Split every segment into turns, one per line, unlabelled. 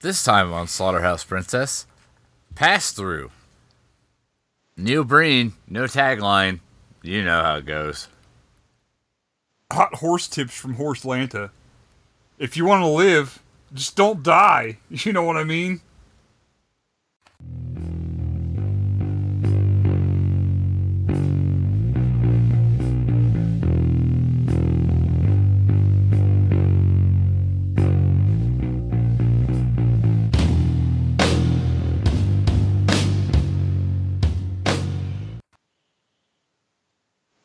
This time on Slaughterhouse Princess, pass through. Neil Breen, no tagline. You know how it goes.
Hot horse tips from Horse Lanta. If you want to live, just don't die. You know what I mean?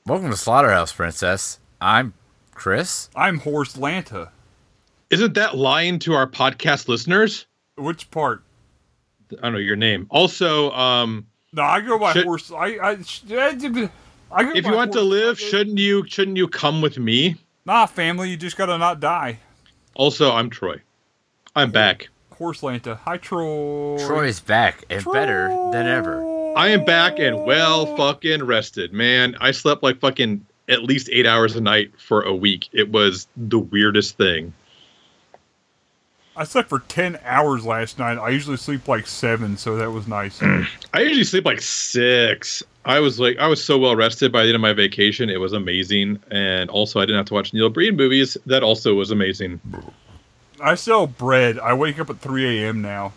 Welcome to Slaughterhouse Princess. I'm Chris.
I'm Horse Lanta.
Isn't that lying to our podcast listeners?
Which part?
I don't know your name. Also, um,
No, I go by
Should-
horse. I I, sh- I go
if you want to live, shouldn't you shouldn't you come with me?
nah, family. You just gotta not die.
Also, I'm Troy. I'm back.
Horse Lanta. Hi, Troy.
Troy's back and better than ever.
I am back and well fucking rested, man. I slept like fucking at least eight hours a night for a week. It was the weirdest thing.
I slept for ten hours last night. I usually sleep like seven, so that was nice.
I usually sleep like six. I was like, I was so well rested by the end of my vacation. It was amazing, and also I didn't have to watch Neil Breen movies. That also was amazing.
I sell bread. I wake up at three a.m. now.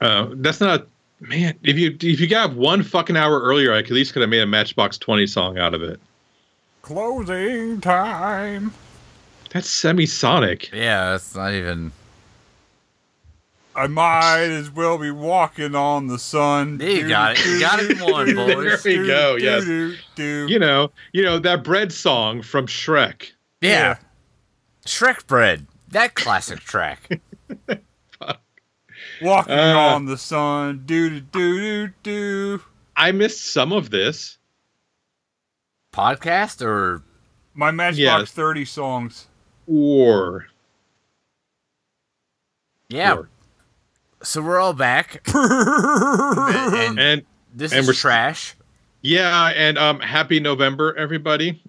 Uh, that's not man. If you if you got one fucking hour earlier, I could, at least could have made a Matchbox Twenty song out of it.
Closing time.
That's semi-sonic.
Yeah, that's not even.
I might as well be walking on the sun.
You got it. You got it in one,
There
boys.
we go, yes. You
You know,
know, you know that bread song from Shrek.
Yeah. Shrek Bread. That classic track.
Walking
Uh.
on the sun. Do do do do do.
I missed some of this.
Podcast or.
My Matchbox
Yes.
30 songs.
Or
Yeah.
or-
So we're all back. and, and
and
this
and
is
we're-
trash.
yeah, and um, happy November, everybody.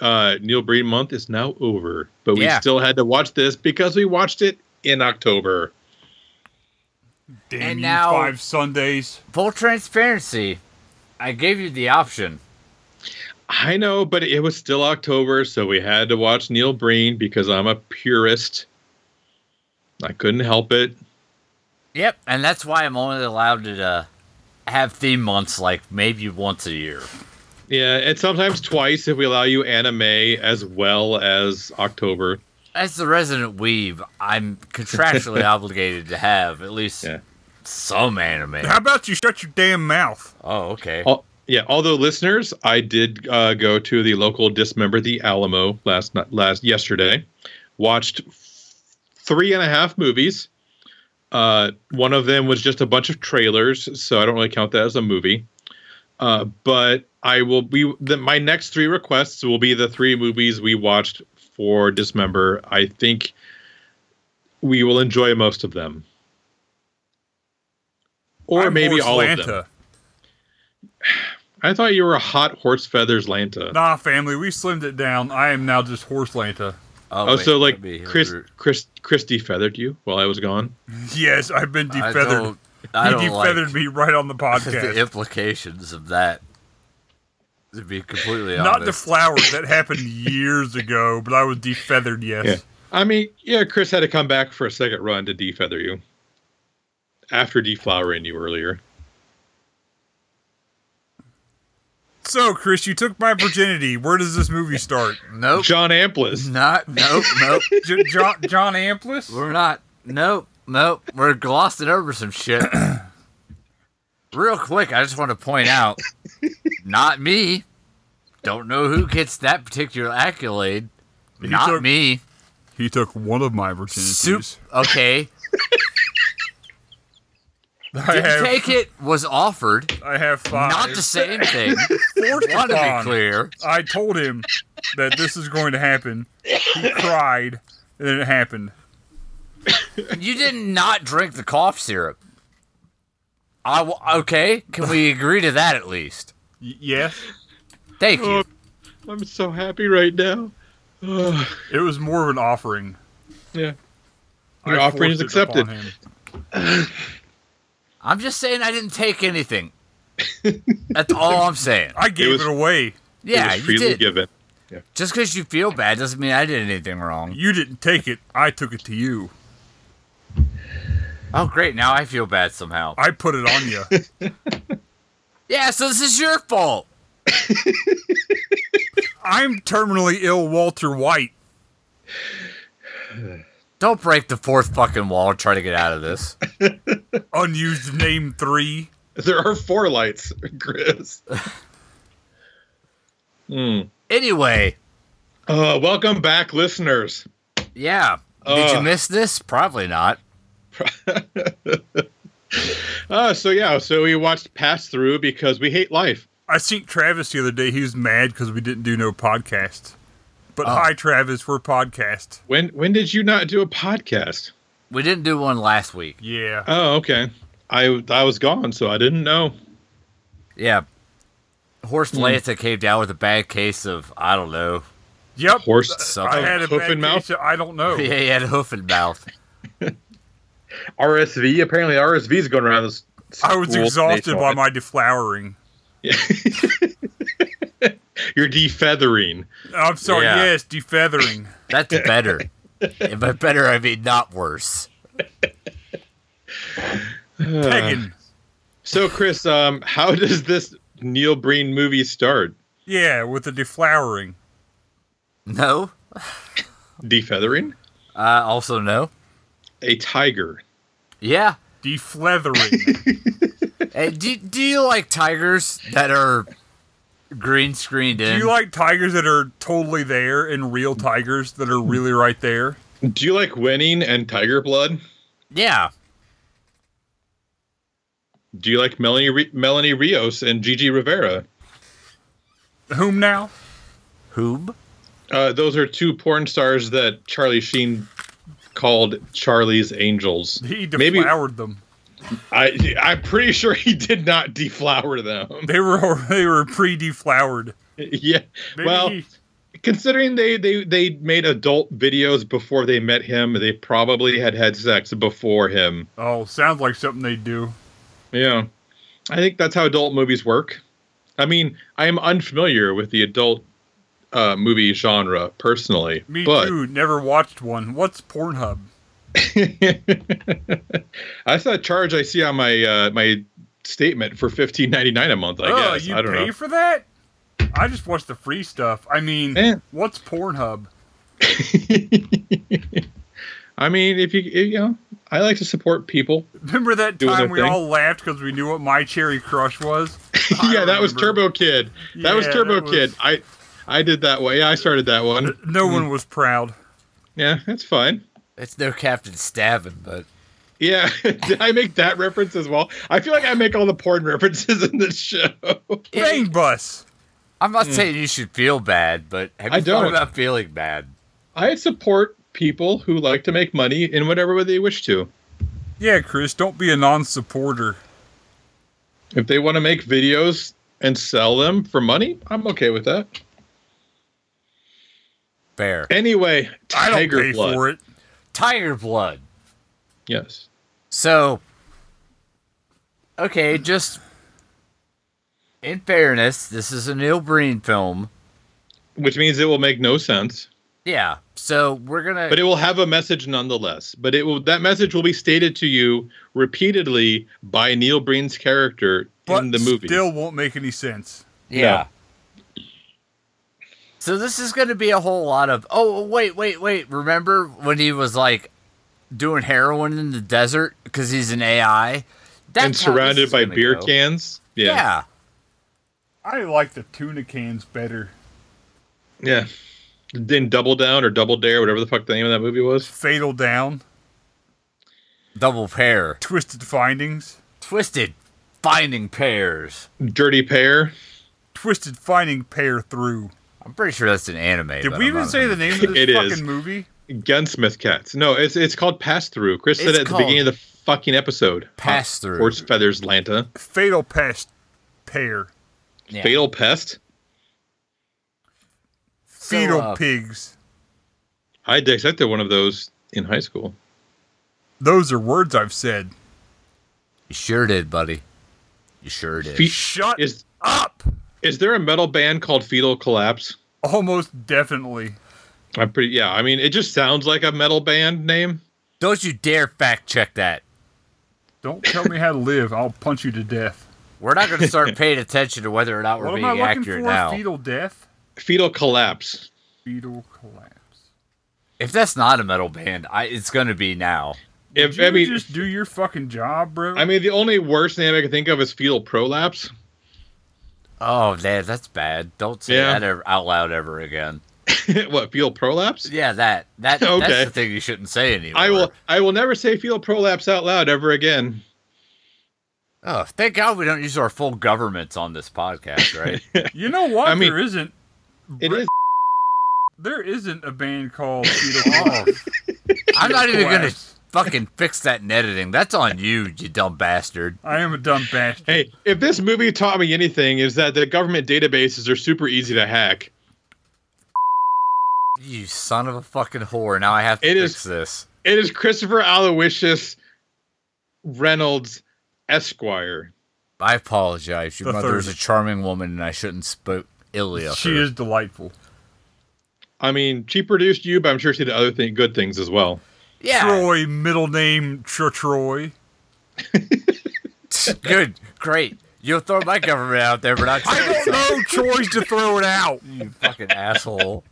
Uh, Neil Breen month is now over, but we
Yeah.
still had to watch this because we watched it in October.
Damn
And
you
now-
five Sundays.
Full transparency. I gave you the option.
I know, but it was still October, so we had to watch Neil Breen because I'm a purist. I couldn't help it.
Yep, and that's why I'm only allowed to uh, have theme months like maybe once a year.
Yeah, and sometimes twice if we allow you anime as well as October.
As the resident weeb, I'm contractually obligated to have at least
Yeah.
some anime.
How about you shut your damn mouth?
Oh, okay.
Al- yeah, although listeners, I did uh, go to the local Dismember the Alamo last night, last yesterday. Watched f- three and a half movies. Uh, one of them was just a bunch of trailers, so I don't really count that as a movie. Uh, but I will be the, my next three requests will be the three movies we watched for Dismember. I think we will enjoy most of them, or
I'm
maybe
Horse
all
Lanta.
of them. I thought you were a hot horse feathers Lanta.
Nah, family, we slimmed it down. I am now just Horse Lanta.
Oh,
oh,
wait,
so
let me-
like Chris, Chris, Chris defeathered you while I was gone.
Yes, I've been
I
defeathered.
don't, I
he
don't
defeathered
like
me right on the
the
podcast.
implications of that. To be completely honest,
Not the flowers. That happened years ago, but I was defeathered, yes.
Yeah. I mean, yeah, Chris had to come back for a second run to defeather you after deflowering you earlier.
So, Chris, you took my virginity. Where does this movie start?
nope,
John Amplis.
not nope, nope.
J- John, John Amplis?
We're not. Nope. Nope. We're glossing over some shit. Real quick, I just want to point out not me. Don't know who gets that particular accolade. Not
took-
me.
He took one of my virginities.
Soup. Okay.
I
Didn't
have,
take it. Was offered.
I have five.
Not the same thing.
Forced
want to be
upon.
clear.
I told him that this is going to happen. He cried, and then it happened.
You did not drink the cough syrup. I w- okay. Can we agree to that at least?
Y- yes,
Thank you.
I'm so happy right now. Ugh,
it was more of an offering.
yeah. Your
I
offering is
forced it upon
accepted.
him.
I'm just saying I didn't take anything. That's all I'm saying.
I gave it,
was-
away.
Yeah,
it was
you
freely
did.
given.
Just because you feel bad doesn't mean I did anything wrong.
You didn't take it. I took it to you.
Oh, great. Now I feel bad somehow.
I put it on you.
Yeah, so this is your fault.
I'm terminally ill, Walter White.
Don't break the fourth fucking wall and try to get out of this.
Unused name three.
There are four lights, Chris. Hmm.
Anyway,
Uh, welcome back, listeners.
yeah. Did you
Ugh.
miss this? Probably not.
Uh, so yeah, so we watched Pass Through because we hate life.
I seen Travis the other day. He was mad because we didn't do no podcast. But
Oh.
hi, Travis. We're podcast.
When when did you not do a podcast?
We didn't do one last week.
Yeah.
Oh, okay. I I was gone, so I didn't know.
Yeah.
Hmm.
Horst Lanta came down with a bad case of, I don't know.
yep.
Horse
I
Something.
had a
hoof
bad
and mouth?
case of- I don't know.
Yeah, he had hoof and mouth.
RSV. Apparently, RSV is going around this.
I was
school
exhausted by
nationwide.
my deflowering.
You're defeathering.
I'm sorry.
Yeah.
Yes, defeathering.
That's better. and by better, I mean not worse.
Pegging.
So, Chris, um, how does this Neil Breen movie start?
Yeah, with the deflowering.
No.
Defeathering
Uh, also, no.
a tiger.
Yeah.
Defleathering.
Hey, do, do you like tigers that are green screened
Do
in?
you like tigers that are totally there and real tigers that are really right there?
Do you like winning and tiger blood?
yeah.
Do you like Melanie Re- Melanie Rios and Gigi Rivera?
Whom now?
Whom?
Uh, those are two porn stars that Charlie Sheen called Charlie's Angels.
He
Maybe
deflowered them.
I I'm pretty sure he did not deflower them.
They were they were pre-deflowered.
yeah.
Maybe
well,
he-
considering they they they made adult videos before they met him, they probably had had sex before him.
oh, sounds like something they do.
Yeah. I think that's how adult movies work. I mean, I am unfamiliar with the adult uh, movie genre personally,
Me
but
too. Never watched one. What's Pornhub?
that's that charge I see on my uh, my statement for fifteen ninety nine a month. I
oh,
guess
you
I don't
pay
know.
for that? I just watch the free stuff. I mean,
Eh.
what's Pornhub?
I mean, if you you know, I like to support people.
Remember that
Doing
time
their
we
thing?
all laughed because we knew what my cherry crush was? I
yeah, that was
remember.
Turbo Kid. That was
Yeah,
Turbo
that was-
Kid. I I did that one. Yeah, I started that one.
No one was proud.
Yeah, that's fine.
It's no Captain Stabbing, but
Yeah, did I make that reference as well? I feel like I make all the porn references in this show.
Bang bus.
I'm not saying you should feel bad, but have you
I
thought
don't.
about feeling bad?
I support people who like to make money in whatever way they wish to.
Yeah, Chris, don't be a non-supporter.
If they want to make videos and sell them for money, I'm okay with that.
Fair.
Anyway,
I don't
Tiger
pay
Blood.
for it.
Tiger blood.
Yes.
So, okay, just in fairness, this is a Neil Breen film.
Which means it will make no sense.
Yeah. So we're gonna.
but it will have a message nonetheless. But it will that message will be stated to you repeatedly by Neil Breen's character
But
in the movie.
still won't make any sense.
yeah. So this is gonna be a whole lot of. Oh wait, wait, wait! Remember when he was like doing heroin in the desert because he's an AI? That's
and
how this
surrounded
is
by
gonna
beer
go.
cans. Yeah.
Yeah.
I like the tuna cans better.
Yeah. Then Double Down or Double Dare, whatever the fuck the name of that movie was.
Fatal Down,
Double pair.
Twisted Findings.
Twisted finding pairs.
Dirty Pair.
Twisted Finding Pair Through.
I'm pretty sure that's an anime.
Did
but
we
I'm
even
not
say the name of
It
this fucking
is.
movie?
Gunsmith Cats. No, it's it's called Pass Through. Chris said
It's
it at the
called
beginning of the fucking episode.
Pass Through.
Horse Feathers Lanta.
Fatal Pest Pair.
Yeah.
Fatal Pest.
So,
Fetal
uh,
Pigs.
I dissected one of those in high school.
Those are words I've said.
You sure did, buddy. You sure did.
Fe-
Shut
Is
up!
is there a metal band called Fetal Collapse?
Almost definitely.
I'm pretty yeah. I mean, it just sounds like a metal band name.
Don't you dare fact check that.
Don't tell me how to live. I'll punch you to death.
We're not going to start paying attention to whether or not we're
what am
being
I looking for?
accurate now.
Fetal death?
Fetal Collapse.
Fetal collapse.
If that's not a metal band, I, it's going to be now.
If
Did
I
you
mean,
just do your fucking job, bro?
I mean, the only worst name I can think of is Fetal Prolapse.
Oh, man, that's bad. Don't say
Yeah.
that ever, out loud ever again.
what Fetal Prolapse?
Yeah, that that
Okay.
that's the thing you shouldn't say anymore.
I will. I will never say fetal prolapse out loud ever again.
Oh, thank God we don't use our full governments on this podcast, right?
you know what?
I mean-
there isn't.
It
Bre-
is.
There isn't a band called Fetal Collapse.
Oh,
I'm not even going to
Collapse.
fucking fix that in editing. That's on you, you dumb bastard.
I am a dumb bastard.
Hey, if this movie taught me anything, is that the government databases are super easy to hack.
You son of a fucking whore. Now I have to
It
fix
is-
this.
It is Christopher Aloysius Reynolds Esquire.
I apologize. Your
The
mother is
third.
a charming woman, and I shouldn't spoke illy of
she
her.
is delightful.
I mean, she produced you, but I'm sure she did other thing, good things as well.
Yeah.
Troy, middle name Tr- Troy.
Good. Great. You'll throw my government out there, but not
I don't know choice to throw it out.
you fucking asshole.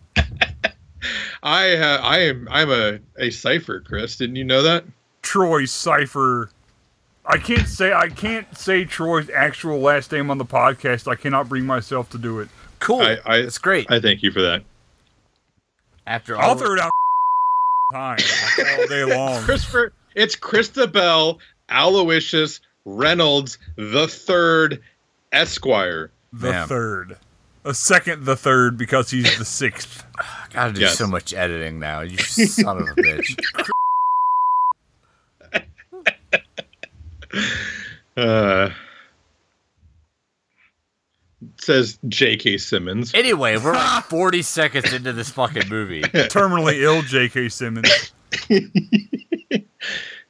I uh, I am I'm a a cipher, Chris. Didn't you know that?
Troy Cipher. I can't say I can't say Troy's actual last name on the podcast. I cannot bring myself to do it.
Cool.
I, I
That's great.
I thank you for that.
After all,
I'll throw it out time all day long.
Christopher, it's Christabel Aloysius Reynolds the Third Esquire.
The
Man.
third, a second, the third because he's the sixth.
I gotta do
Yes.
so much editing now. You son of a bitch.
Uh, says J.K. Simmons.
Anyway, we're like 40 seconds into this fucking movie.
Terminally ill, J.K. Simmons.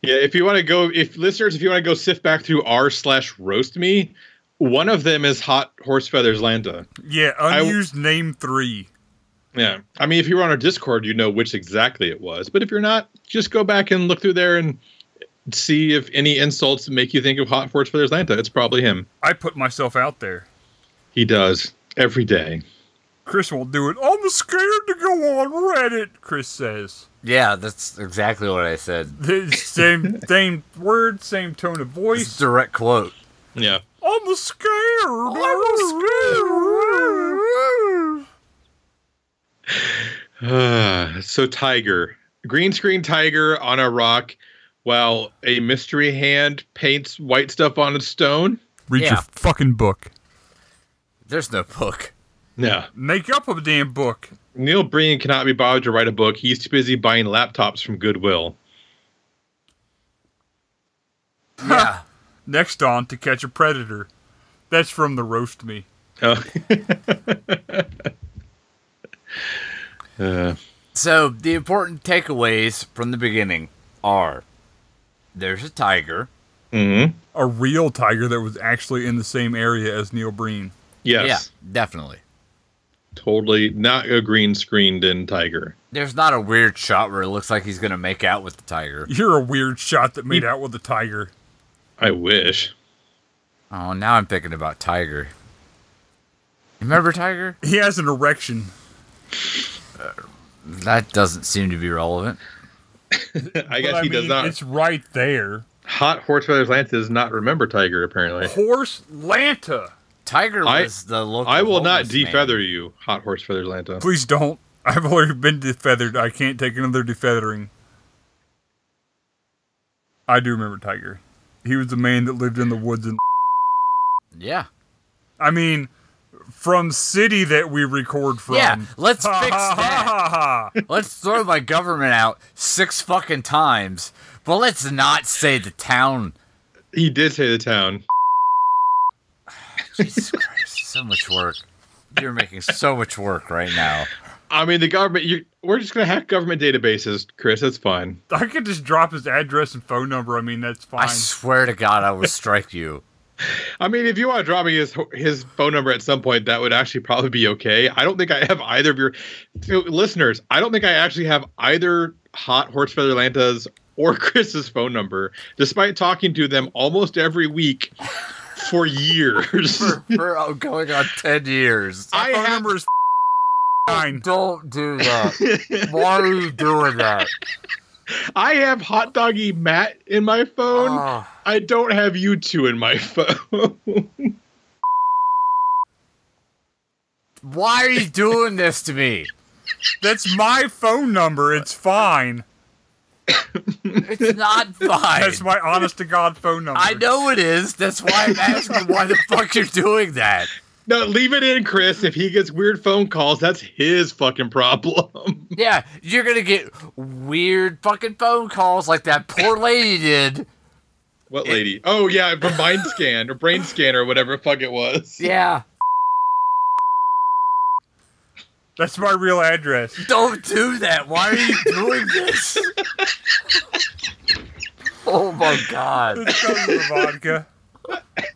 Yeah, if you want to go, if listeners, if you want to go sift back through r slash roast me, one of them is Hot Horse Feathers Lanta.
Yeah, unused name three.
Yeah, I mean, if you were on our Discord, you know which exactly it was. But if you're not, just go back and look through there and see if any insults make you think of Hot Horse Feathers Lanta. It's probably him.
I put myself out there.
He does every day.
Chris won't do it. I'm scared to go on Reddit. Chris says.
Yeah, that's exactly what I said.
The same, same word, same tone of
It's
voice.
a direct quote.
Yeah.
I'm scared. I'm scared.
Uh, so tiger green screen tiger on a rock while a mystery hand paints white stuff on a stone
Read
Yeah.
your fucking book.
There's no book.
no
Make up a damn book.
neil breen cannot be bothered to write a book he's too busy buying laptops from goodwill
Yeah.
Next on to catch a predator. That's from the roast me.
Uh, uh,
So, the important takeaways from the beginning are there's a tiger.
mhm.
A real tiger that was actually in the same area as Neil Breen.
yes
Yeah, definitely.
totally not a green screened in tiger
There's not a weird shot where it looks like he's going to make out with the tiger.
You're a weird shot that made out with a tiger.
i wish
Oh, now I'm thinking about Tiger. Remember Tiger?
He has an erection.
That doesn't seem to be relevant.
i guess
But I
he does
mean, It's
not
right there.
hot horse feathers lance does not remember tiger apparently
Horse Lanta.
Tiger
I-
was the local.
i will not
homeless man.
defeather you hot horse feathers lanta
Please don't. I've already been defeathered. I can't take another defeathering. I do remember Tiger. He was the man that lived in the woods and
Yeah.
I mean from city that we record from.
Yeah, let's
Ha,
fix
ha,
that.
ha, ha, ha.
Let's throw my government out six fucking times, but let's not say the town.
he did say the town
Jesus Christ, so much work. You're making so much work right now.
I mean, the government. You, We're just gonna hack government databases, Chris. That's fine.
I could just drop his address and phone number. I mean, that's
I
fine.
swear to God, I will strike you.
I mean, if you want to drop me his his phone number at some point, that would actually probably be okay. I don't think I have either of your so, listeners. I don't think I actually have either Hot Horse Feather Lanta's or Chris's phone number, despite talking to them almost every week for years.
For, for uh, going on 10 years.
I
phone
have
number is nine.
Don't do that. Why are you doing that?
I have hot doggy Matt in my phone.
Oh,
I don't have you two in my phone.
why are you doing this to me?
That's my phone number. It's fine.
It's not fine.
That's my honest to God phone number.
I know it is. That's why I'm asking why the fuck you're doing that.
no, leave it in, Chris. If he gets weird phone calls, that's his fucking problem.
Yeah, you're gonna get weird fucking phone calls like that poor lady did.
What lady? Oh yeah, from Mind Scan or Brain Scan or whatever the fuck it was.
Yeah.
That's my real address.
Don't do that. Why are you doing this? oh my god.
It's because of the vodka.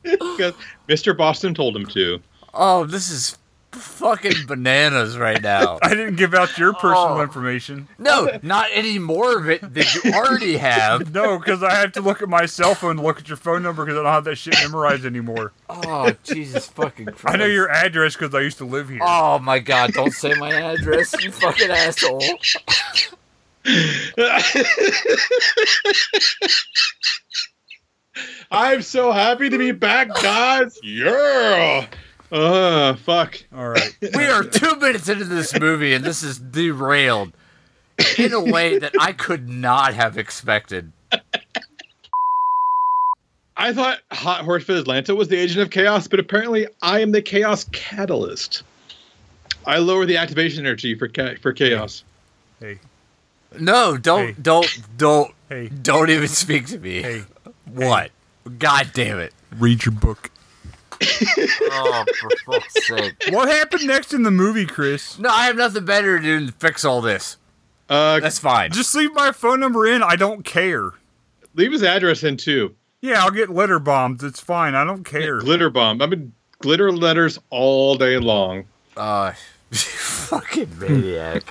Because Mr. Boston told him to.
Oh, this is fucking bananas right now.
I didn't give out your personal
Oh.
information.
No, not any more of it that you already have.
No, because I have to look at my cell phone to look at your phone number because I don't have that shit memorized anymore.
Oh, Jesus fucking Christ.
I know your address because I used to live here.
Oh my god, don't say my address, you fucking asshole.
I'm so happy to be back, guys. Yeah. Uh, fuck.
All right.
We are two minutes into this movie and this is derailed in a way that I could not have expected.
I thought Hot Horse for Atlanta was the agent of chaos, but apparently I am the chaos catalyst. I lower the activation energy for ca- for chaos.
Hey,
No, don't,
Hey.
don't, don't,
hey,
don't even speak to me.
hey.
What? God damn it.
Read your book.
Oh, for fuck's sake.
What happened next in the movie, Chris?
No, I have nothing better to do than fix all this.
Uh,
That's fine.
Just leave my phone number in. I don't care.
leave his address in too.
Yeah, I'll get letter bombed. It's fine. I don't care.
Glitter bomb. I've been glitter letters all day long.
Uh, fucking maniac.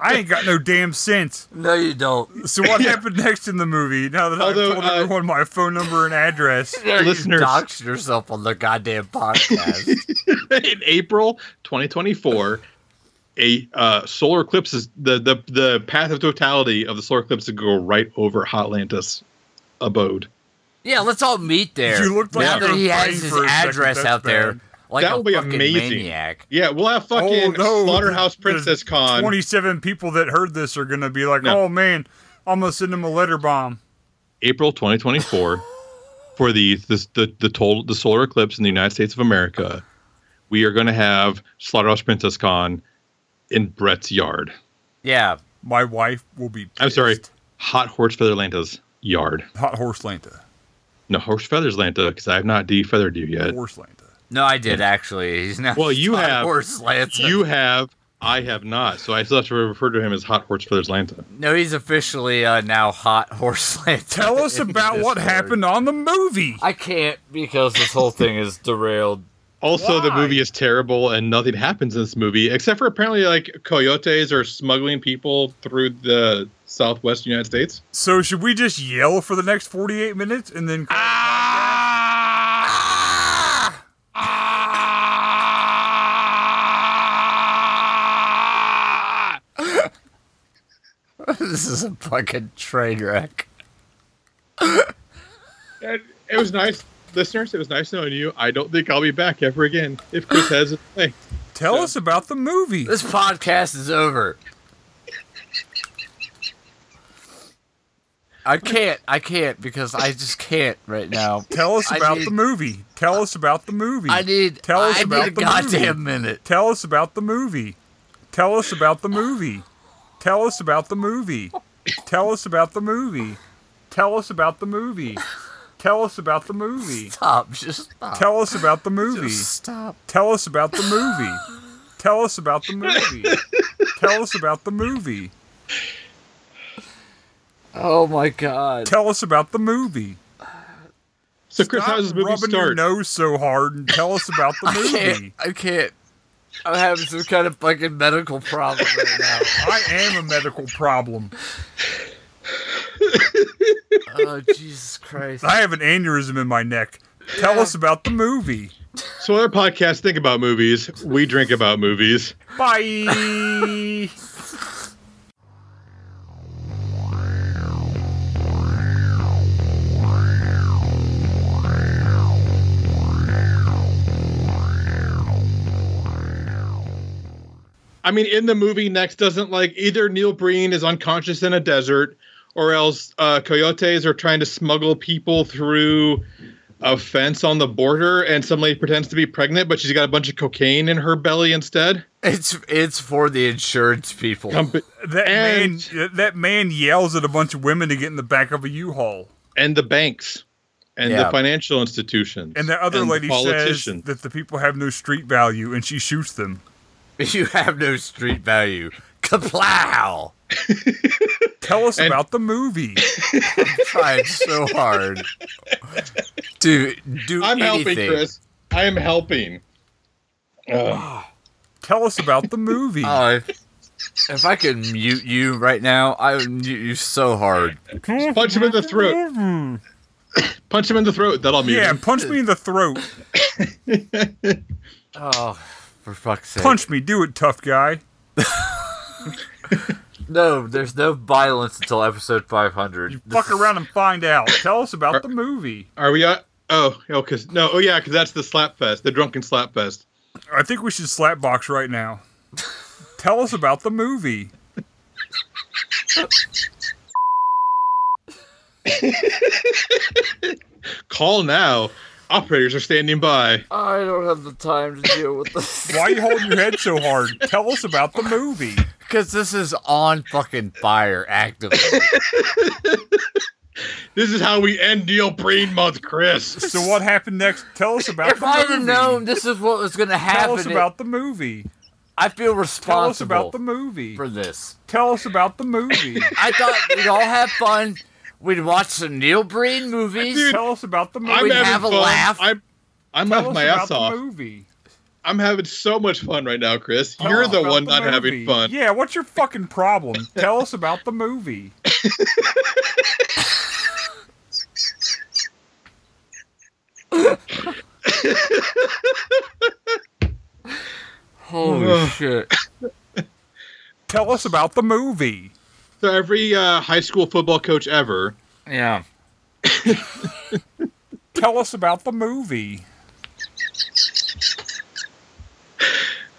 I ain't got no damn sense.
No, you don't.
So what happened next in the movie? Now that
Although,
I've told
uh,
everyone my phone number and address.
There,
Listeners.
You doxed yourself on the goddamn podcast.
in April 2024, a uh, solar eclipse is the, the the path of totality of the solar eclipse to go right over Hotlantis abode.
yeah, let's all meet there.
You looked like
now
you
that
were
he
praying
has his
for a second,
address
that's
out there,
bad.
like
That
a
would be
fucking
amazing.
maniac.
Yeah, we'll have fucking
Oh, no,
slaughterhouse
there's
princess con.
27 people that heard this are going to be like,
No.
oh man, I'm going to send them a letter bomb.
April 2024 for the the the, the, total, the solar eclipse in the United States of America. We are going to have Slaughterhouse Princess Con in Brett's yard.
Yeah,
My wife will be.
I'm sorry,
pissed.
Hot Horse Feather Lanta's yard.
Hot Horse Lanta.
No, Horse Feathers Lanta, because I have not defeathered you yet.
Horse Lanta.
no, I did actually. He's not.
Well, you
Hot
have-
horse Lance.
You have, I have not. So I still have to refer to him as Hot Horse Feathers Lanta.
No, he's officially uh, now hot horse Lance.
Tell us
in
about what
Discord.
happened on the movie.
I can't because this whole thing is derailed.
Also, the
Why?
movie is terrible and nothing happens in this movie except for apparently like coyotes are smuggling people through the southwest United States.
So should we just yell for the next 48 minutes and then?
Ah, this is a fucking train wreck.
It, it was nice, listeners. It was nice knowing you. I don't think I'll be back ever again if Chris has his way.
Tell us about the movie.
This podcast is over. I can't. I can't because I just can't right now.
Tell us
I
about
need-
the movie. Tell us about the movie.
I need.
Tell us
I
about
need a
the
goddamn minute.
Tell us about the movie. Tell us about the movie. Tell us about the movie. Tell us about the movie. Tell us about the movie. Tell us about the movie.
Stop. Just stop.
Tell us about the movie.
Just stop.
Tell us about the movie. Tell us about the movie. Tell us about the movie.
Oh my god.
Tell us about the movie.
So Chris, how does this movie
rubbing your
start?
nose so hard and tell us about the
I can't.
movie.
I can't. I'm having some kind of fucking medical problem right now.
I am a medical problem.
Oh Jesus Christ!
I have an aneurysm in my neck. Tell us about the movie.
So other podcasts think about movies. We drink about movies.
Bye.
I mean, in the movie, Next doesn't like either Neil Breen is unconscious in a desert, or else uh, coyotes are trying to smuggle people through a fence on the border, and some lady pretends to be pregnant, but she's got a bunch of cocaine in her belly instead.
It's it's for the insurance people.
Um, but-
That
And-
man, that man yells at a bunch of women to get in the back of a U-Haul,
And the banks, and
Yeah.
the financial institutions,
and the other
and
lady says
politicians.
that the people have no street value, and she shoots them.
You have no street value. Kaplow!
Tell us
And-
about the movie.
Tried so hard to do
I'm helping,
anything.
Chris. I am helping. Uh,
Tell us about the movie.
Oh, if, if I could mute you right now, I would mute you so hard.
punch him in the throat. Punch him in the throat. That'll mute
Yeah,
him.
punch me in the throat.
Oh, for fuck's sake!
Punch me. Do it, tough guy.
No, there's no violence until episode 500. This
Fuck
is-
around and find out. Tell us about the movie.
Are we? Uh, oh, oh, cause no, oh yeah, because that's the slap fest, the drunken slap fest.
I think we should slap box right now. Tell us about the movie.
Call now. Operators are standing by.
I don't have the time to deal with this.
Why you holding your head so hard? Tell us about the movie.
Because this is on fucking fire actively.
This is how we end Neil Breen Month, Chris.
So what happened next? Tell us about
if
the
I
movie.
had known this is what was going to happen,
Tell us about the movie.
I feel
Tell us
responsible
about the movie.
for this.
Tell us about the movie.
I thought we'd all have fun. We'd watch some Neil Breen movies.
Tell us about the movie.
I'm
We
having
have a
fun.
laugh.
I'm, I'm
Tell
laughing
us
my
about
ass
the
off.
movie.
I'm having so much fun right now, Chris.
Tell
You're
us
the
about
one not having
movie.
fun.
Yeah, what's your fucking problem? Tell us about the movie.
Holy shit.
Tell us about the movie.
So every uh, high school football coach ever
Yeah.
Tell us about the movie.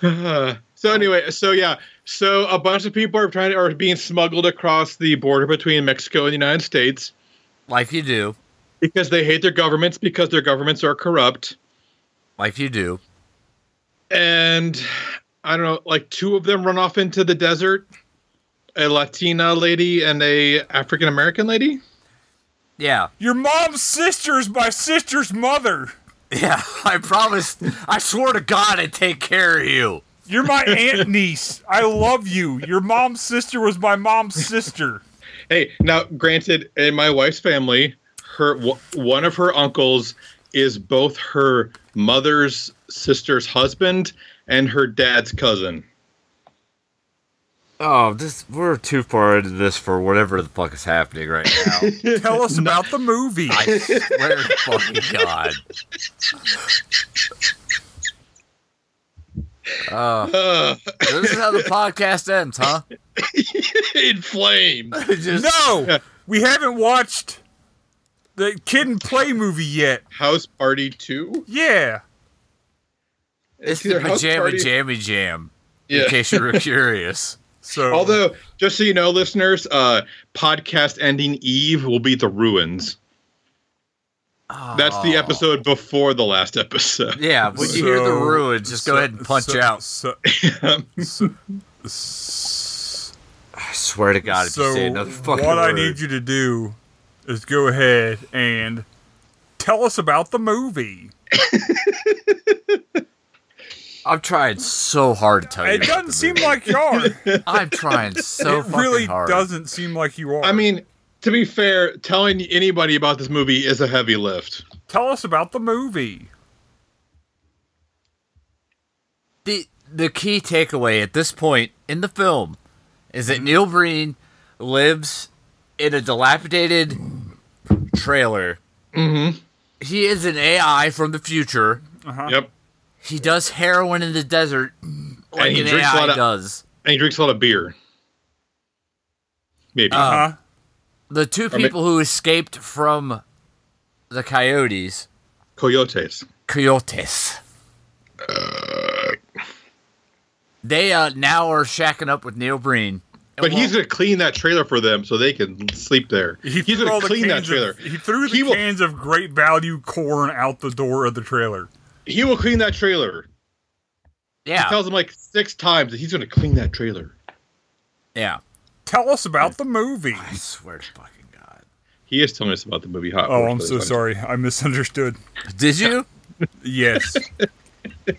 Uh, so anyway, so yeah, so a bunch of people are trying to, are being smuggled across the border between Mexico and the United States
Like you do.
because they hate their governments because their governments are corrupt.
Like you do.
And I don't know, like two of them run off into the desert, a Latina lady and a African American lady.
Yeah.
Your mom's sister is my sister's mother.
Yeah. I promised. I swore to God I'd take care of you.
You're my aunt niece. I love you. Your mom's sister was my mom's sister.
Hey, now granted, in my wife's family, her w- one of her uncles is both her mother's sister's husband and her dad's cousin.
Oh, this we're too far into this for whatever the fuck is happening right now.
Tell us about the movie.
I swear to fucking God. Uh,
Uh,
this is how the podcast ends, huh?
in flames.
Just-
No, we haven't watched the Kid and Play movie yet.
House Party 2?
Yeah,
It's
either
the
House
pajama
Party-
jammy jam.
Yeah.
In case you were curious.
so
Although, just so you know, listeners, uh, podcast ending Eve will be The Ruins. That's the
Oh.
episode before the last episode.
Yeah, when you hear the
So-
ruins, just go
so-
ahead and punch
so-
out.
So,
I swear to God, if you say
so
another
what
fucking
I
word.
need you to do is go ahead and tell us about the movie.
I'm trying so hard to tell you.
It
about
doesn't
the
seem
movie.
like you are.
I'm trying so
it
fucking
really
hard.
doesn't seem like you are.
I mean, to be fair, telling anybody about this movie is a heavy lift.
tell us about the movie.
the the key takeaway at this point in the film is
Mm-hmm.
that Neil Breen lives in a dilapidated trailer. Mm-hmm. He is an AI from the future.
Uh-huh.
Yep.
He does heroin in the desert like
he
an
drinks a
AI
lot of-
does.
And he drinks a lot of beer. Maybe.
Uh-huh.
Uh huh.
The two
mean-
people who escaped from the coyotes,
Coyotes.
coyotes, Uh. they uh, now are shacking up with Neil Breen.
But he's going to clean that trailer for them so they can sleep there. he's
threw all
going to
the
clean that
cans
trailer.
Of, he threw the
He will-
cans of great value corn out the door of the trailer.
He will clean that trailer.
yeah,
Tells him like six times that he's going to clean that trailer.
yeah.
Tell us about the movie.
I swear to fucking God.
He is telling us about the movie Hot.
Oh,
Wheels
I'm
for the
so
first
sorry. I misunderstood.
Did you?
Yes.
time.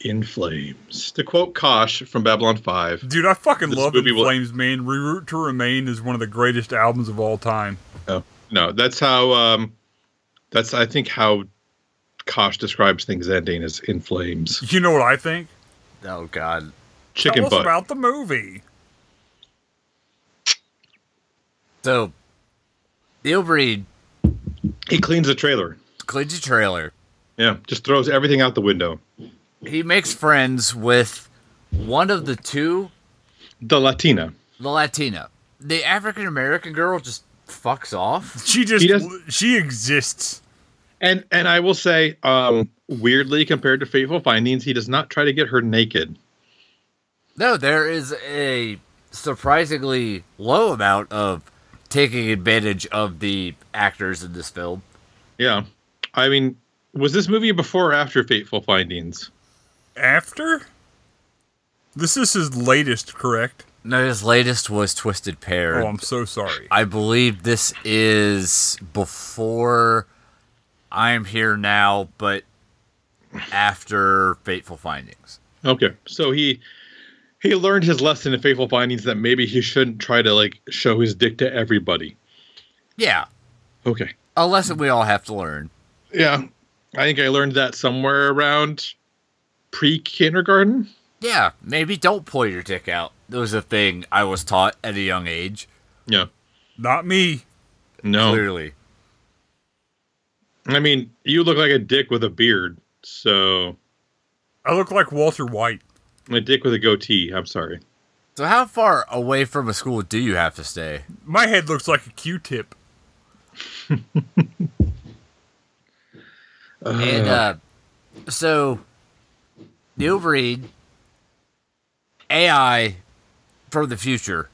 In flames. To quote Kosh from Babylon Five.
Dude, I fucking
This
love In
movie will-
Flames, man. Reroute to Remain is one of the greatest albums of all time.
No, no, that's how. Um, that's I think how Kosh describes things ending is in flames.
You know what I think?
Oh God.
Chicken
Tell us
butt.
about the movie.
So, Neil Breed
he cleans the trailer.
cleans the trailer.
Yeah, just throws everything out the window.
He makes friends with one of the two,
The Latina.
the Latina, the African American girl. Just fucks off.
She just
He does-
she exists.
And and I will say, um, weirdly compared to Fateful Findings, he does not try to get her naked.
No, there is a surprisingly low amount of taking advantage of the actors in this film.
Yeah, I mean, was this movie before or after Fateful Findings?
After? This is his latest, correct?
No, his latest was Twisted Pair.
Oh, I'm so sorry.
I believe this is before I'm Here Now, but after Fateful Findings.
Okay, so he he learned his lesson in Fateful Findings that maybe he shouldn't try to like show his dick to everybody.
Yeah,
Okay,
a lesson we all have to learn.
yeah, I think I learned that somewhere around pre kindergarten.
Yeah, maybe don't pull your dick out. That was a thing I was taught at a young age,
Yeah,
Not me.
no,
clearly.
I mean you look like a dick with a beard. So
I look like Walter White.
a dick with a goatee. I'm sorry.
So, how far away from a school do you have to stay?
My head looks like a Q-tip.
And uh, so, Neil Breed, AI from the future.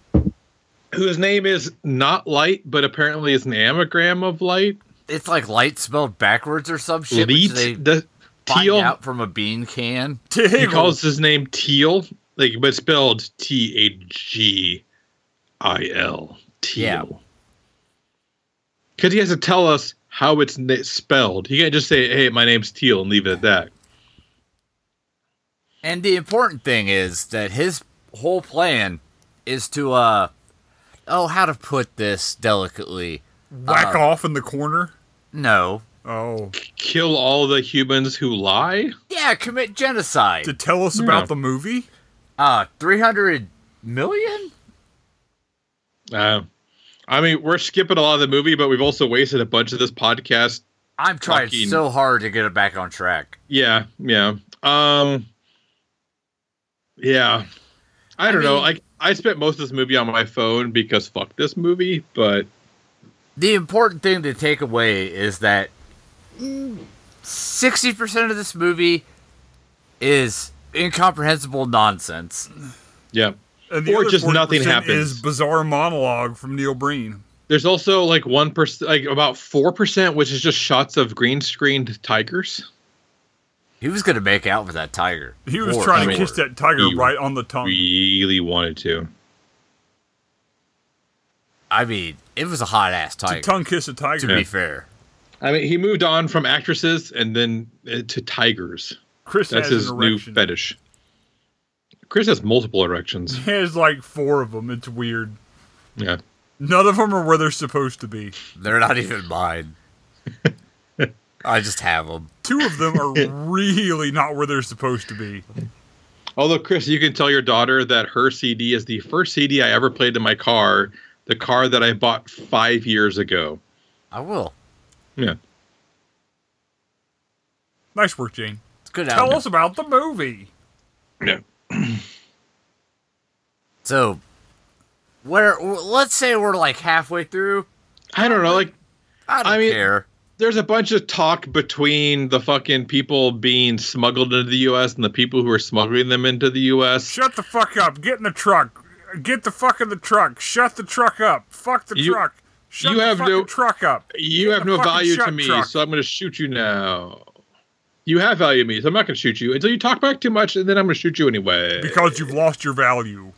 whose name is not light, but apparently is an anagram of light.
It's like light spelled backwards or some shit. which
Leet,
they
the
find
teal.
out from a bean can.
He
Tiggle.
calls his name Teal, like but spelled T H G I L.
Yeah.
Teal. Because he has to tell us how it's na- spelled. He can't just say, "Hey, my name's Teal," and leave it at that.
And the important thing is that his whole plan is to uh oh how to put this delicately.
Ah.
Whack off in the corner.
No.
Oh.
Kill all the humans who lie.
Yeah, commit genocide.
To tell us about the movie?
Uh 300 million?
Uh, I mean, we're skipping a lot of the movie, but we've also wasted a bunch of this podcast
I'm trying
Fucking-
so hard to get it back on track.
Yeah, yeah. Um Yeah. I don't know. Like I spent most of this movie on my phone because fuck this movie, but
The important thing to take away is that mm, 60% of this movie is incomprehensible nonsense.
yeah.
And the
Or
other
just nothing
40%
happens.
Is bizarre monologue from Neil Breen.
There's also like one percent like about four percent, which is just shots of green screened tigers.
He was going to make out with that tiger.
He was
Or-
trying
or-
to kiss that tiger
He-
right on the tongue.
Really wanted to.
I mean, it was a hot ass
to
tiger.
tongue kiss a
To
tiger.
Yeah.
be fair,
I mean, he moved on from actresses and then uh, to tigers.
Chris
That's
has
his
an
new
erection.
fetish. Chris has multiple erections.
He has like four of them. It's weird.
Yeah.
None of them are where they're supposed to be.
They're not even mine. I just have them.
Two of them are really not where they're supposed to be.
Although, Chris, you can tell your daughter that her CD is the first CD I ever played in my car, the car that I bought five years ago.
I will.
Yeah.
Nice work, Jane.
It's good
Tell
outfit.
us about the movie.
Yeah.
So, where? Let's say we're like halfway through.
I don't know. Like,
I don't
I mean-
care.
there's a bunch of talk between the fucking people being smuggled into the U.S. and the people who are smuggling them into the U.S.
Shut the fuck up. Get in the truck. Get the fuck in the truck. Shut the truck up. Fuck the
You-
truck. Shut
you
the
have
fucking
no-
truck up.
You have
the
no
fucking
value to
shut
me,
truck.
so I'm going to shoot you now. You have value to me, so I'm not going to shoot you until you talk back too much, and then I'm going to shoot you anyway.
Because you've lost your value.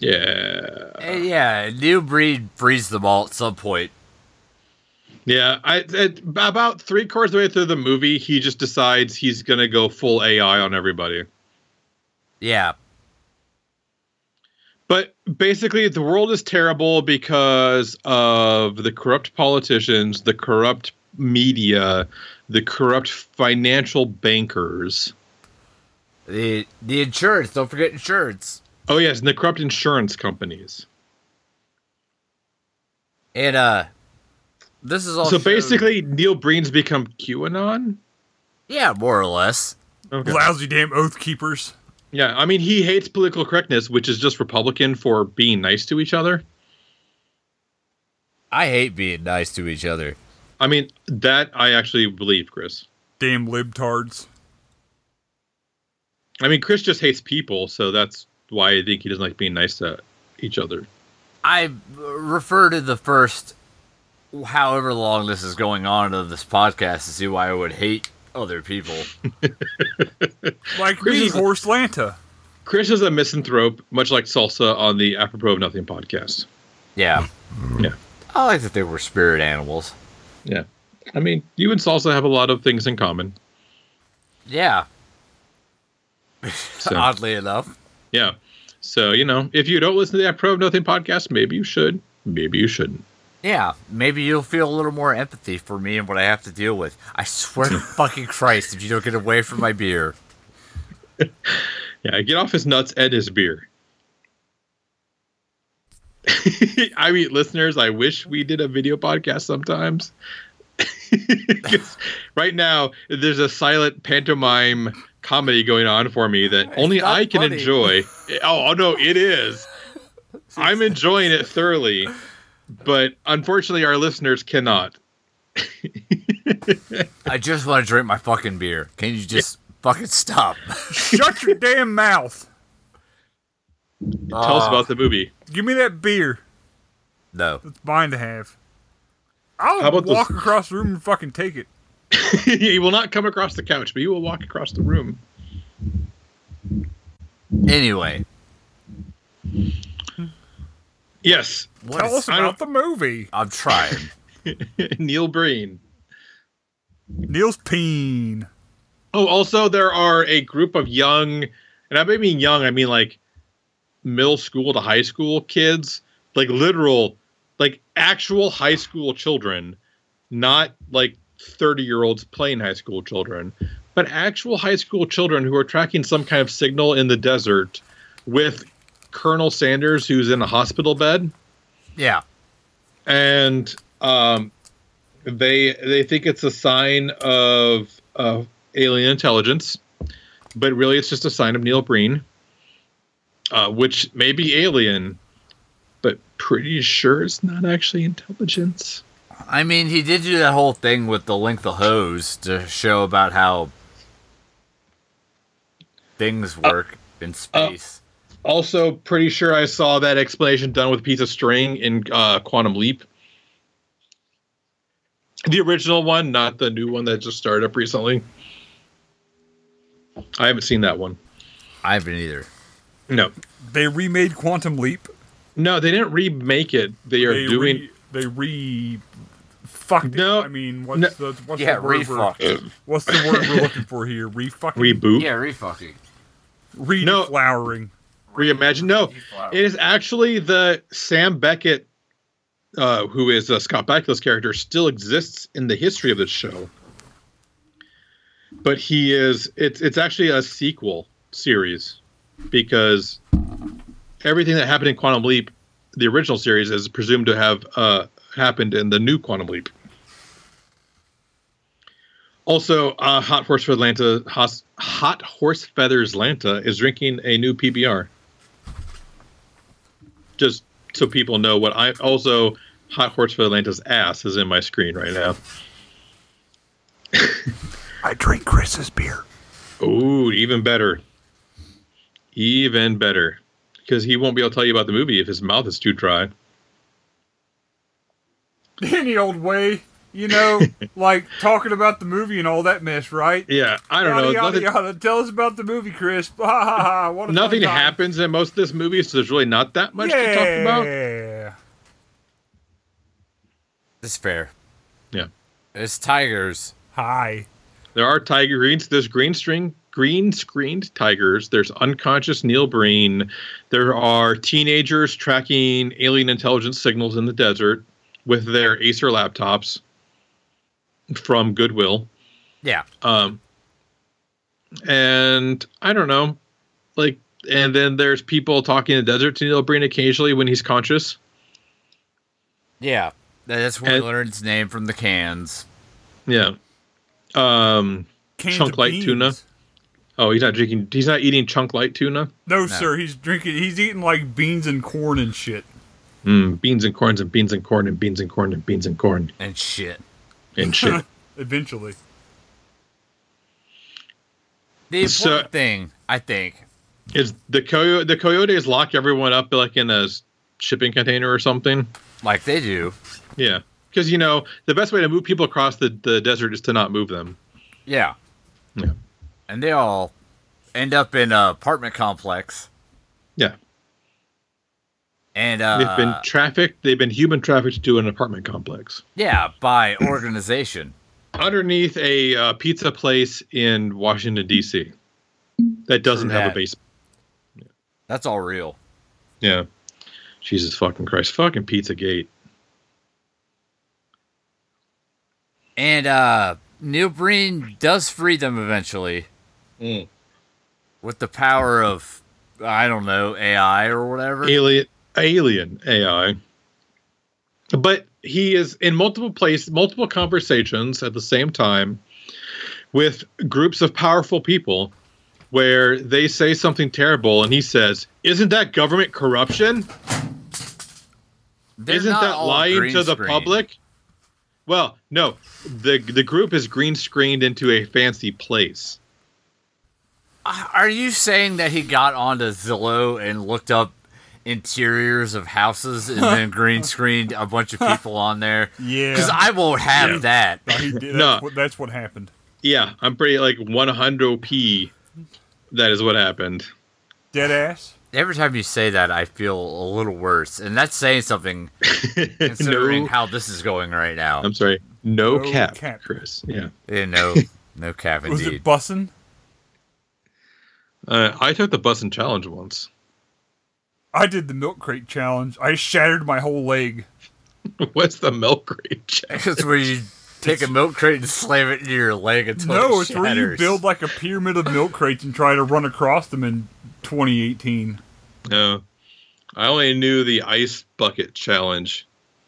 yeah.
Eh, yeah, new breed breeds them all at some point.
Yeah, I at about three quarters of the way through the movie, he just decides he's gonna go full AI on everybody.
Yeah,
But basically, the world is terrible because of the corrupt politicians, the corrupt media, the corrupt financial bankers.
the the insurance. Don't forget insurance.
Oh yes, and the corrupt insurance companies.
And uh, this is all.
so
shown-
basically, Neil Breen's become QAnon.
yeah, more or less.
Okay.
Lousy damn oath keepers.
Yeah, I mean, he hates political correctness, which is just Republican for being nice to each other.
I hate being nice to each other.
I mean, that I actually believe, Chris.
Damn libtards.
I mean, Chris just hates people, so that's why I think he doesn't like being nice to each other.
I uh, refer to the first, however long this is going on of this podcast to see why I would hate other people.
Like
Chris
me,
is-
Horse Lanta.
Chris is a misanthrope, much like Salsa on the Apropos of Nothing podcast.
Yeah.
Yeah.
I like that they were spirit animals.
Yeah. I mean, you and Salsa have a lot of things in common.
Yeah.
So,
Oddly enough.
yeah. So, you know, if you don't listen to the Apropos of Nothing podcast, maybe you should. Maybe you shouldn't.
Yeah. Maybe you'll feel a little more empathy for me and what I have to deal with. I swear to fucking Christ if you don't get away from my beer.
Yeah, get off his nuts and his beer. I mean, listeners, I wish we did a video podcast sometimes. 'Cause right now, there's a silent pantomime comedy going on for me that only
not
I can
funny.
enjoy. Oh, oh, no, it is. I'm enjoying it thoroughly, but unfortunately, our listeners cannot.
I just want to drink my fucking beer. Can you just fucking stop?
Shut your damn mouth.
Tell us
Ah.
about the movie.
Give me that beer.
No.
It's mine to have. I'll
How about
walk
this-
across the room and fucking take it.
you will not come across the couch, but you will walk across the room.
Anyway.
Yes,
What
Tell
is-
us
I don't-
about the movie.
I'm trying.
Neil Breen.
Neil's peen.
Oh, also there are a group of young, and I don't mean young, I mean like middle school to high school kids, like literal, like actual high school children, not like thirty-year-olds playing high school children, but actual high school children who are tracking some kind of signal in the desert with Colonel Sanders, who's in a hospital bed,
Yeah.
and um, they they think it's a sign of of alien intelligence, but really it's just a sign of Neil Breen, uh, which may be alien, but pretty sure it's not actually intelligence.
I mean, he did do that whole thing with the length of hose to show about how things
Uh,
work in space.
Also, pretty sure I saw that explanation done with a piece of string in uh, Quantum Leap. The original one, not the new one that just started up recently. I haven't seen that one.
I haven't either.
No,
They remade Quantum Leap.
No, they didn't remake it. They are
they
doing
re, they re fucked.
No.
I mean, what's
No.
the what's
Yeah,
the word we're,
refuck.
what's the word we're looking for here? Refucking
Reboot.
Yeah, refucking.
re
No.
flowering.
Reimagine. No, it is actually the Sam Beckett, uh, who is uh, Scott Bakula's character, still exists in the history of this show. But he is. It's it's actually a sequel series because everything that happened in Quantum Leap, the original series, is presumed to have uh, happened in the new Quantum Leap. Also, uh, Hot Horse for Atlanta, Hos- Hot Horse Feathers Atlanta is drinking a new PBR. Just so people know what I also Hot Horse for Atlanta's ass is in my screen right now.
I drink Chris's beer.
Ooh, even better. Even better. Because he won't be able to tell you about the movie if his mouth is too dry.
Any old way, you know, like talking about the movie and all that mess, right?
Yeah, I don't
yada,
know.
Yada,
nothing
yada. Tell us about the movie, Chris. Ha ha ha. What a
nothing
fun time.
happens in most of this movie, so there's really not that much
yeah.
to talk about.
It's fair.
Yeah.
It's tigers.
Hi.
There are tiger greens. There's green string, green screened tigers. There's unconscious Neil Breen. There are teenagers tracking alien intelligence signals in the desert with their Acer laptops from Goodwill.
Yeah.
Um, and I don't know, like, and then there's people talking in the desert to Neil Breen occasionally when he's conscious.
Yeah. That's where we
And-
learned its name from the cans.
Yeah. Um.
Cans
Chunk
of
light
beans.
tuna. Oh, he's not drinking. He's not eating chunk light tuna.
No, sir. He's drinking. He's eating like beans and corn and shit.
Mm, beans and corns and beans and corn and beans and corn and beans and corn
And shit.
and shit.
Eventually.
The
So-
important thing, I think,
is the coyote? The coyotes lock everyone up like in a s- shipping container or something.
like they do.
Yeah, because you know the best way to move people across the, the desert is to not move them.
Yeah.
Yeah.
And they all end up in a apartment complex.
Yeah,
And uh,
they've been trafficked. They've been human trafficked to an apartment complex
yeah, by organization.
underneath a uh, pizza place in Washington D.C. that doesn't
True
have
that.
a basement.
That's all real.
Yeah, Jesus fucking Christ, fucking Pizza Gate.
And uh, Neil Breen does free them eventually
Mm.
with the power of I don't know AI or whatever.
alien alien AI. But he is in multiple places, multiple conversations at the same time with groups of powerful people where they say something terrible and he says, Isn't that government corruption?
They're
Isn't
not
that
all
lying
green
to the
screen.
public? Well, no. The the group is green screened into a fancy place.
Are you saying that he got onto Zillow and looked up interiors of houses and then green screened a bunch of people on there?
Yeah.
Because I won't have that.
No, he did- that's,
No.
what, that's what happened.
Yeah, I'm pretty like 100p. That is what happened.
Dead ass.
Every time you say that, I feel a little worse, and that's saying something considering
No. Um.
how this is going right now.
I'm sorry. No,
No
cap,
cap.
Chris. Yeah.
Yeah, no, no cap
Was
indeed.
it bussin'?
Uh, I took the bus and challenge once.
I did the milk crate challenge. I shattered my whole leg.
What's the milk grade check?
It's where you take a milk crate and slam it into your leg until
No,
it
it's where you
shatters.
build like a pyramid of milk crates and try to run across them in 2018.
No. I only knew the ice bucket challenge,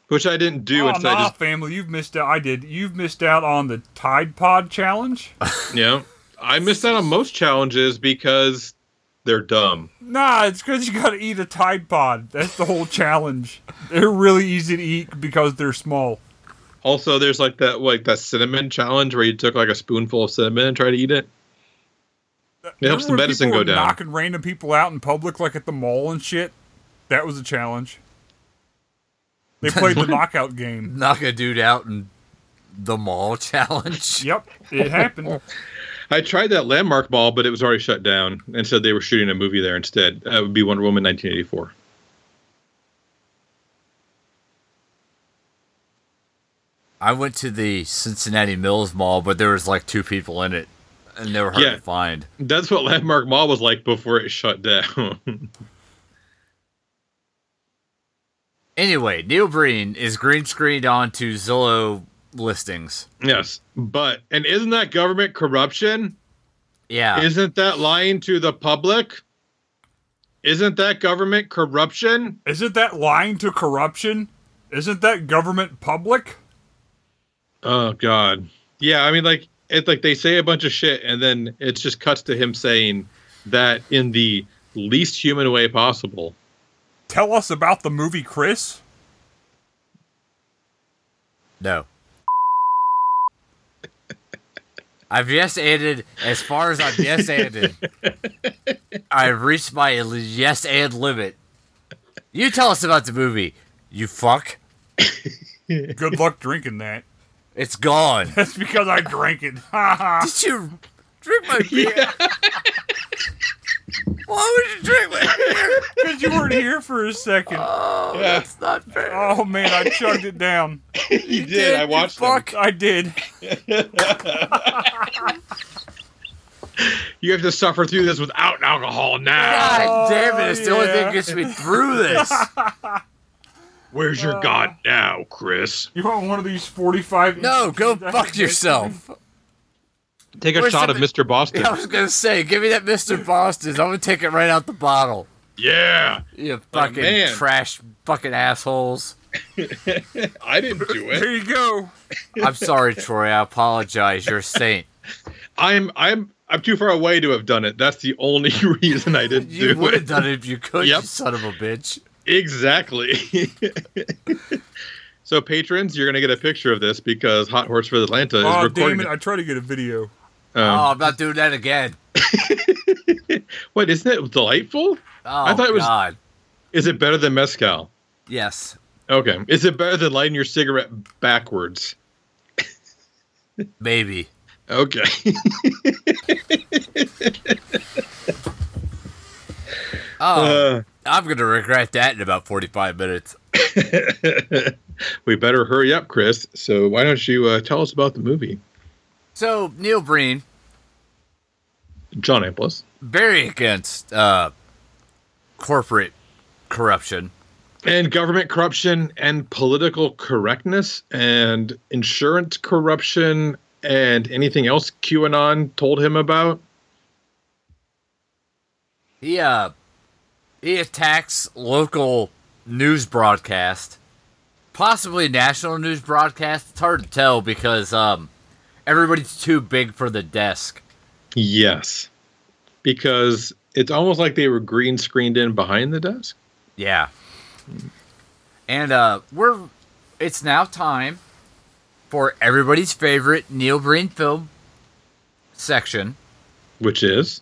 which I didn't do.
oh,
instead,
nah,
I
family, you've missed out. I did. You've missed out on the Tide Pod challenge.
just, you know, I missed out on most challenges because they're dumb.
nah, it's because you got to eat a Tide Pod. That's the whole challenge. They're really easy to eat because they're small.
Also, there's like that like that cinnamon challenge where you took like a spoonful of cinnamon and tried to eat it. It helps
Remember
the
when
medicine
people
go
were
down.
Knocking random people out in public, like at the mall and shit. That was a challenge. They played the knockout game.
knock a dude out in the mall challenge.
Yep, it happened.
I tried that landmark mall, but it was already shut down, and so they were shooting a movie there instead. That would be Wonder Woman 1984.
I went to the Cincinnati Mills Mall, but there was like two people in it, and they were hard
Yeah.
to find.
That's what Landmark Mall was like before it shut down.
Anyway, Neil Breen is green screened onto Zillow listings.
yes, but and isn't that government corruption?
Yeah,
Isn't that lying to the public? Isn't that government corruption?
Isn't that lying to corruption? Isn't that government public?
Oh God. Yeah, I mean, like it's like they say a bunch of shit, and then it just cuts to him saying that in the least human way possible.
Tell us about the movie, Chris.
no. I've yes ended as far as I've yes ended. I've reached my yes and limit. You tell us about the movie, you fuck.
Good luck drinking that.
It's gone.
That's because I drank it. Ha ha.
Did you drink my beer? Why would you drink my beer?
Because you weren't here for a second.
Oh,
Yeah.
that's not fair.
Oh man, I chugged it down.
He did.
did,
I
you
watched him.
fuck.
I did.
You have to suffer through this without alcohol now.
God damn it! It's the only thing
yeah.
that gets me through this.
Where's
Uh.
your god now, Chris?
You want one of these 45?
No, go fuck yourself.
Take a
Where's
shot
the-
of Mr. Boston.
I was gonna say, give me that Mr. Boston's. I'm gonna take it right out the bottle.
Yeah,
You fucking
Oh, man.
trash, fucking assholes.
I didn't do it.
There you go.
I'm sorry, Troy. I apologize. You're a saint.
I'm I'm I'm too far away to have done it. That's the only reason I didn't
You
do
would
it.
have done it if you could,
Yep.
you son of a bitch.
Exactly. so patrons, you're gonna get a picture of this because Hot Horse for Atlanta is
Oh damn
recording.
it! I tried to get a video.
it. Um,
oh, I'm not doing that again.
Wait, isn't it delightful?
Oh,
thought it was-
God.
Is it better than mezcal?
Yes.
Okay. Is it better than lighting your cigarette backwards?
Maybe.
Okay.
Oh,
Uh,
I'm gonna regret that in about 45 minutes.
we better hurry up, Chris. So why don't you uh, tell us about the movie,
So Neil Breen,
John Amplis?
very against uh, corporate corruption.
and government corruption and political correctness and insurance corruption and anything else QAnon told him about.
He uh he attacks local news broadcast, possibly national news broadcast. It's hard to tell because um everybody's too big for the desk.
Yes. Because it's almost like they were green screened in behind the desk.
Yeah. And uh we're it's now time for everybody's favorite Neil Breen film section.
Which is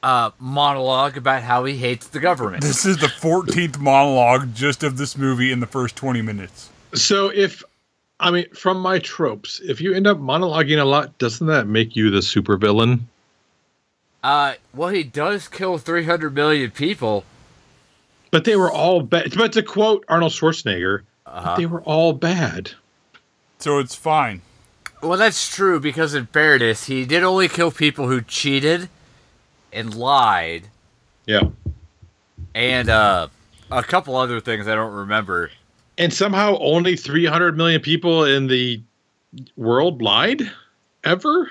Uh, monologue about how he hates the government.
This is the 14th monologue just of this movie in the first 20 minutes.
so if I mean from my tropes, if you end up monologuing a lot, doesn't that make you the supervillain?
Uh, well, he does kill 300 million people.
But they were all bad. But to quote Arnold Schwarzenegger, they were all bad.
So it's fine.
Well, that's true because, in fairness, he did only kill people who cheated and lied
Yeah.
and uh, a couple other things I don't remember.
and somehow only 300 million people in the world lied ever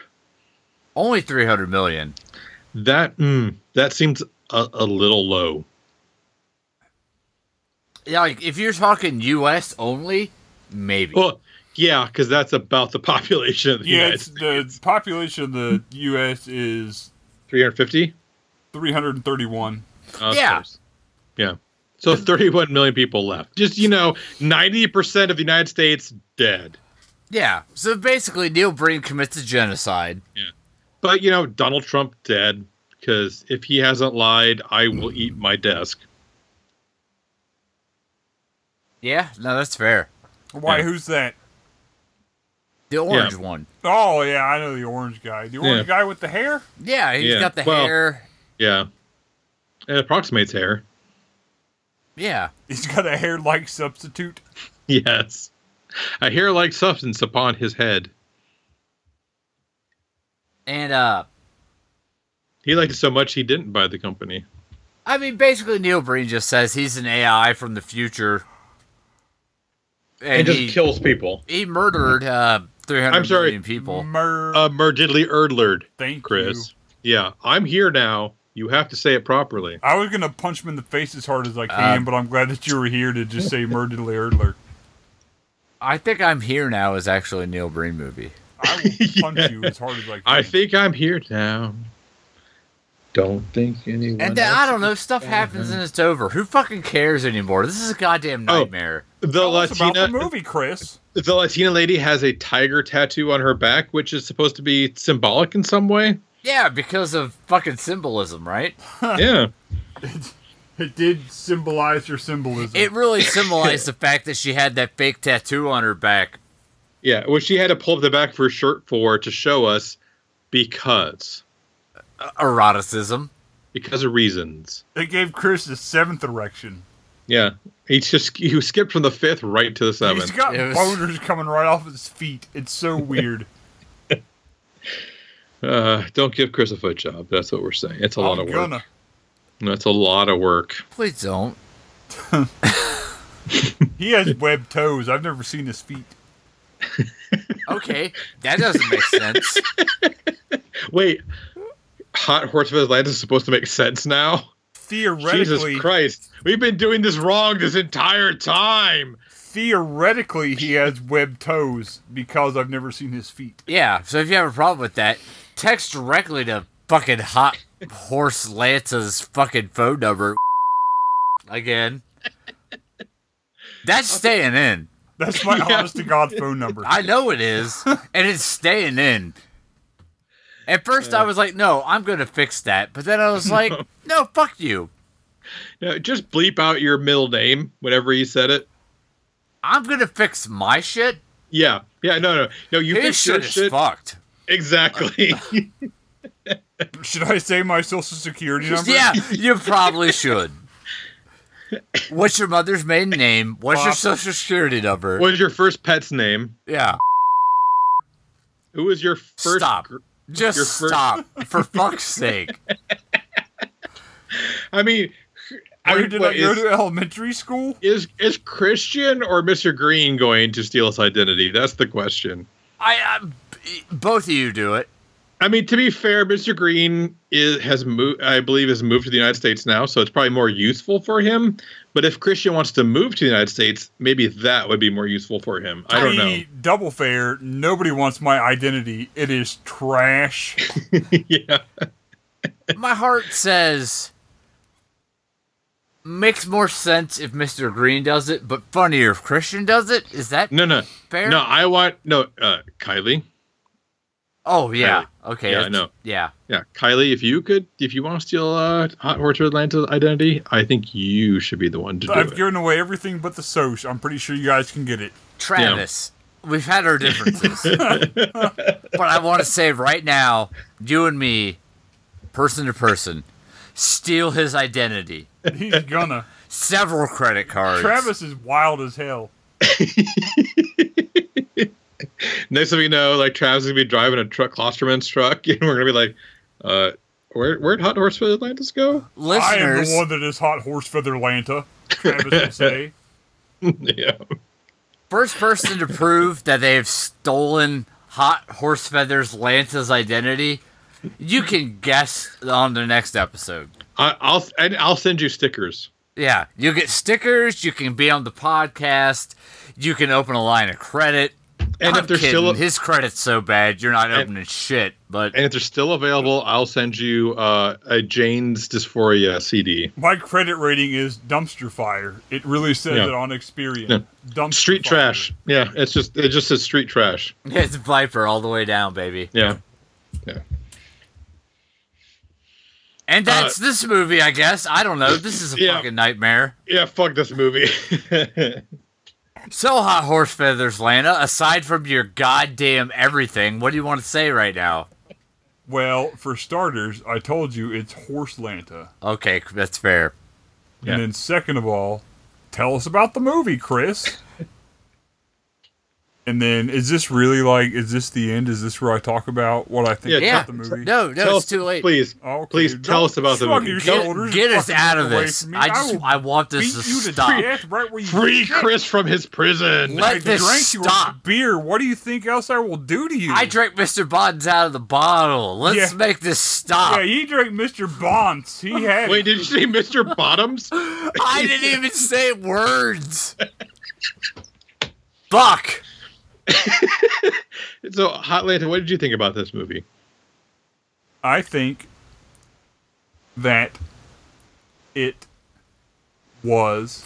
Only 300 million.
that mm, that seems a, a little low
Yeah, like if you're talking U.S. only, maybe.
well yeah because that's about the population of the
Yeah,
united
it's,
states
the population of the U.S. is
350
331.
Uh,
Yeah.
close. yeah so 31 million people left just you know 90% of the united states dead
yeah. So basically, Neil Breen commits a genocide.
but you know donald trump dead because if he hasn't lied i will eat my desk
Yeah, no, that's fair.
Why?
Yeah.
Who's that?
The orange one.
Oh yeah, I know the orange guy. The orange
Yeah.
guy with the hair.
Yeah, he's
Yeah,
got the
well-
hair.
yeah it approximates hair
Yeah.
He's got a hair-like substitute.
Yes. A hair like substance upon his head.
And uh,
He liked it so much he didn't buy the company.
I mean, basically, Neil Breen just says he's an AI from the future,
And,
and,
just
he,
kills people.
he murdered uh, three
I'm sorry.
people.
Mer-
Uh, Murgidly Erdlerd,
thank
Chris.
you.
Yeah, I'm here now. You have to say it properly.
I was gonna punch him in the face as hard as I can,
Uh,
but I'm glad that you were here to just say murdered Erdler.
I think I'm here now is actually a Neil Breen movie.
I will punch
Yeah.
you as hard as I can.
I think I'm here now. Don't think anyone.
And
uh,
then I
else-
don't know, stuff happens and it's over. Who fucking cares anymore? This is a goddamn
Oh.
nightmare.
the
Tell us about the
Latina,
movie, Chris.
the Latina lady has a tiger tattoo on her back, which is supposed to be symbolic in some way.
Yeah, because of fucking symbolism, right?
yeah,
It did symbolize your symbolism.
It really symbolized the fact that she had that fake tattoo on her back.
yeah. Which she had to pull up the back of her shirt for to show us because
Eroticism.
because of reasons.
It gave Chris his seventh erection.
Yeah, he just he skipped from the fifth right to the
He's
seventh.
got
It was-
boners coming right off his feet. It's so weird.
Uh, don't give Chris a foot job. That's what we're saying. It's a lot
I'm
of work.
gonna.
That's a lot of work.
Please don't.
He has webbed toes. I've never seen his feet.
Okay, that doesn't make sense.
Wait, Hot Horse of Atlanta is supposed to make sense now? Jesus
Theoretically,
Christ, we've been doing this wrong this entire time.
theoretically, he has webbed toes because I've never seen his feet.
Yeah, so if you have a problem with that, text directly to fucking Hot Horse Lance's fucking phone number again. That's staying in.
That's my honest to God phone number.
I know it is, and it's staying in. At first, I was like, no, I'm going to fix that. But then I was like, no, fuck you.
No, just bleep out your middle name whenever you said it.
I'm going to fix my shit.
Yeah, yeah, no, no, no. You
His
fix your
shit is
shit
fucked.
exactly.
Should I say my social security number?
Yeah, you probably should. What's your mother's maiden name? What's your
Fuck.
social security number?
what is your first pet's name?
Yeah.
Who was your first?
Stop.
gr-
Just
Your first-
stop. For fuck's sake.
I mean, I
Where
mean,
did
what
I go
is-
to elementary school?
is is Christian or Mr. Green going to steal his identity? That's the question.
I, I both of you do it.
I mean, to be fair, Mr. Green is has moved. I believe has moved to the United States now, so it's probably more useful for him. But if Christian wants to move to the United States, maybe that would be more useful for him. I don't know.
Hey, Double fair. Nobody wants my identity. It is trash.
yeah,
My heart says makes more sense if Mr. Green does it, but funnier if Christian does it. Is that
no, no,
fair?
no. I want no uh, Kylie.
Oh yeah. Okay.
Yeah, I
that's-
know.
Yeah.
Yeah, Kylie. If you could, if you want to steal uh, Hot Horse Atlanta's identity, I think you should be the one to do
I've
it.
given away everything but the soch. I'm pretty sure you guys can get it.
Travis, we've had our differences. but I want to say right now, you and me, person to person, steal his identity,
He's gonna.
several credit cards.
Travis is wild as hell.
Next thing we know, like Travis is gonna be driving a truck, Klosterman's truck, and we're gonna be like, uh, where where'd Hot Horse for Atlantis go?
I am
listeners,
the one that is hot horse feather Lanta. Travis will say.
yeah.
first person to prove that they have stolen Hot Horse Feathers Lance's identity, you can guess on the next episode.
I, I'll and I'll send you stickers.
Yeah, you get stickers. You can be on the podcast. You can open a line of credit.
And
I'm
if they're
kidding.
still
his credit's so bad, you're not opening shit. But
and if they're still available, I'll send you uh, a Jane's Dysphoria CD.
My credit rating is dumpster fire. It really says
Yeah.
it on Experian.
Yeah.
Dumpster
Street
fire.
trash. Yeah, it's just it just says street trash.
it's Viper all the way down, baby.
Yeah.
And
Uh,
that's this movie, I guess. I don't know. This is a
Yeah.
fucking nightmare.
Yeah, fuck this movie.
So hot horse feathers, Lana. Aside from your goddamn everything, what do you want to say right now?
Well, for starters, I told you it's horse Lanta.
Okay, that's fair.
Yeah.
And then second of all, tell us about the movie, Chris. And then, is this really like? Is this the end? Is this where I talk about what I think
Yeah,
about
Yeah.
the movie?
No, no,
Tell
it's
us-
too late.
Please,
Oh, okay.
please
Don't
tell us about the
shrug
movie.
your
Don't-
shoulders
Get, get
and
us
fucking
out of
away
this.
from me.
I just
will
I want this
beat
to
you to
stop.
death right where you
free
sit.
Chris from his prison.
Let
I
this
drank you
stop.
a beer. What do you think else I will do to you?
I drank Mr. Bonds out of the bottle. Let's
Yeah.
make this stop.
Yeah, he drank Mr. Bonds. He had.
Wait, did you say Mr. Bottoms?
I didn't even say words. Fuck.
So, Hot Lanta, what did you think about this movie?
I think that it was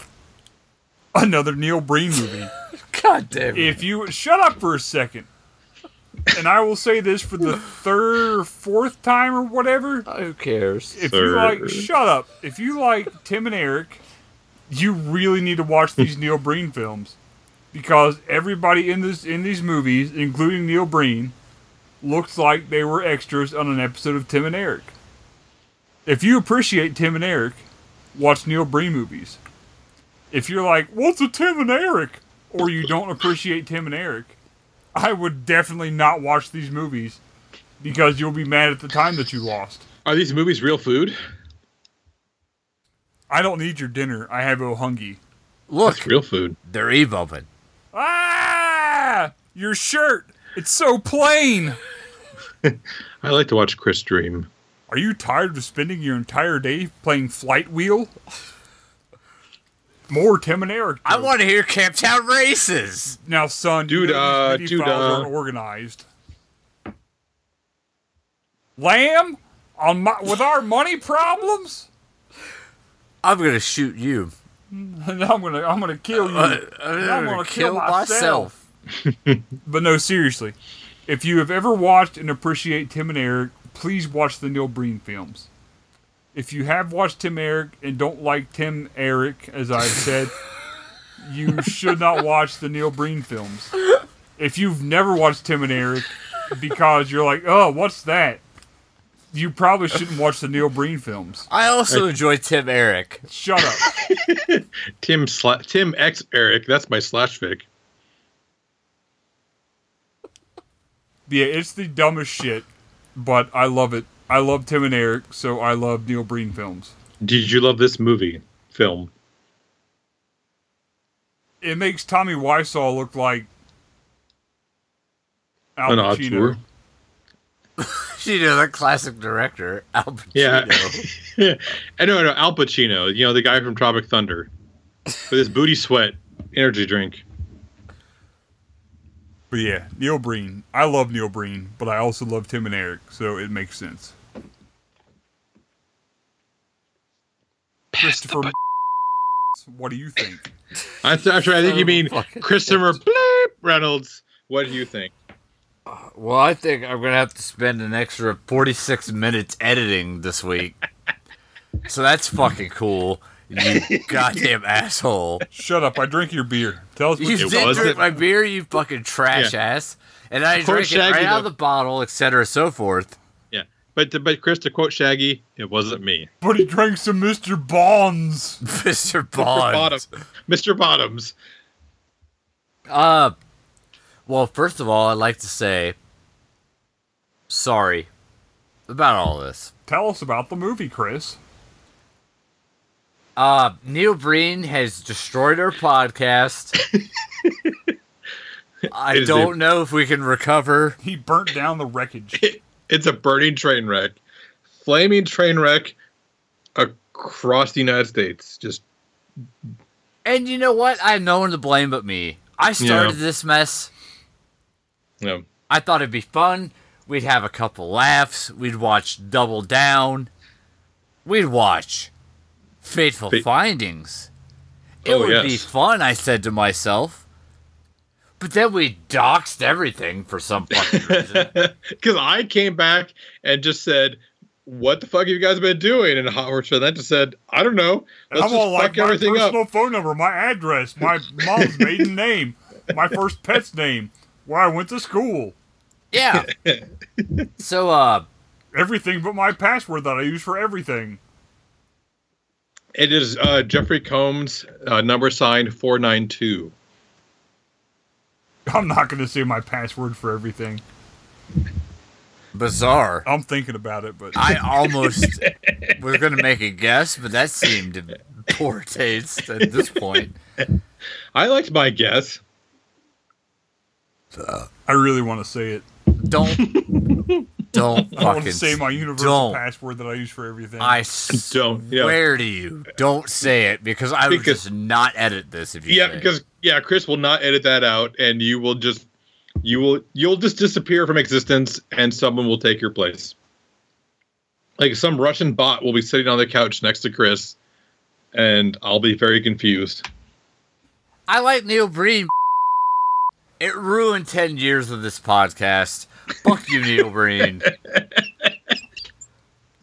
another Neil Breen movie.
God damn it.
if you shut up for a second, and I will say this for the third or fourth time or whatever,
Who cares?
if you like,
Third.
shut up. If you like Tim and Eric, you really need to watch these Neil Breen films because everybody in this in these movies, including Neil Breen, looks like they were extras on an episode of Tim and Eric. If you appreciate Tim and Eric, watch Neil Breen movies. If you're like, what's a Tim and Eric? Or you don't appreciate Tim and Eric, I would definitely not watch these movies because you'll be mad at the time that you lost.
Are these movies real food?
I don't need your dinner. I have ohungi.
Look,
Real food.
they're evolving.
Ah! Your shirt. It's so plain.
I like to watch Chris dream.
Are you tired of spending your entire day playing flight wheel? More Tim and Eric.
I
jokes.
want to hear Camp Town races.
now, son. you
Dude,
know
uh,
these MIDI
dude,
files
uh.
aren't organized. Lamb, on my with our money problems,
I'm gonna shoot you.
and I'm gonna I'm gonna kill you.
Uh, I'm,
I'm
gonna
gonna
kill,
kill
myself.
But no, seriously, if you have ever watched and appreciate Tim and Eric, please watch the Neil Breen films. If you have watched Tim Eric and don't like Tim Eric, as I've said, you should not watch the Neil Breen films. If you've never watched Tim and Eric because you're like, oh, what's that? You probably shouldn't watch the Neil Breen films.
I also enjoy Tim Eric.
Shut up.
Tim sla- Tim X Eric. That's my slash fic.
Yeah, it's the dumbest shit, but I love it. I love Tim and Eric, so I love Neil Breen films.
Did you love this movie film?
it makes Tommy Wiseau look like Al
An odd
Pacino.
tour.
You know that classic director, Al Pacino.
Yeah. I know, Eh, no, Al Pacino. You know the guy from Tropic Thunder with his booty sweat energy drink.
But yeah, Neil Breen. I love Neil Breen, but I also love Tim and Eric, so it makes sense. Christopher, what do you think?
I th- actually, I think you mean
Fucking
Christopher Bleep Reynolds. What do you think?
Well, I think I'm gonna have to spend an extra 46 minutes editing this week. so that's fucking cool. You goddamn asshole.
Shut up! I drink your beer. Tell us what
You
you
It
did
wasn't-
drink my beer, you fucking trash ass. And I
Poor
drank it right
Shaggy,
out of
though.
the bottle, etc., so forth.
Yeah, but to, but Chris, to quote Shaggy, it wasn't me.
But he drank some Mr. Bonds.
Mr.
Mr.
Bond.
Bottoms. Mr. Bottoms.
Uh, well, first of all, I'd like to say sorry about all this.
Tell us about the movie, Chris.
Uh, Neil Breen has destroyed our podcast. I
Is it-
don't know if we can recover.
He burnt down the wreckage.
It's a burning train wreck, flaming train wreck across the United States. Just
And you know what? I have no one to blame but me. I started this mess.
you know,
I thought it'd be fun. We'd have a couple laughs. We'd watch Double Down. We'd watch Fateful
Fa-
Findings. It
Oh,
would be
yes.
fun, I said to myself. But then we doxed everything for some fucking reason.
Because I came back and just said, "What the fuck have you guys been doing?" And Hot Horse and that just said, "I don't know. Let's
I'm
just
all
fuck
like my
everything up."
personal phone number, my address, my mom's maiden name, my first pet's name, where I went to school,
yeah. so, uh,
everything but my password that I use for everything.
It is uh, Jeffrey Combs, uh, number sign four nine two.
I'm not going to say my password for everything.
Bizarre.
I'm thinking about it, but
I almost was going to make a guess, but that seemed poor taste at this point.
I liked my guess.
I really want to say it.
Don't. Don't
I want
fucking
to say my universal
don't.
password that I use for everything.
I
Don't, yeah.
swear to you, don't say it because I would
Because-
just not edit this if you.
Yeah,
say it.
because yeah, Chris will not edit that out, and you will just you will you'll just disappear from existence, and someone will take your place. Like some Russian bot will be sitting on the couch next to Chris, and I'll be very confused.
I like Neil Breen. It ruined ten years of this podcast. Fuck you, Neil Breen.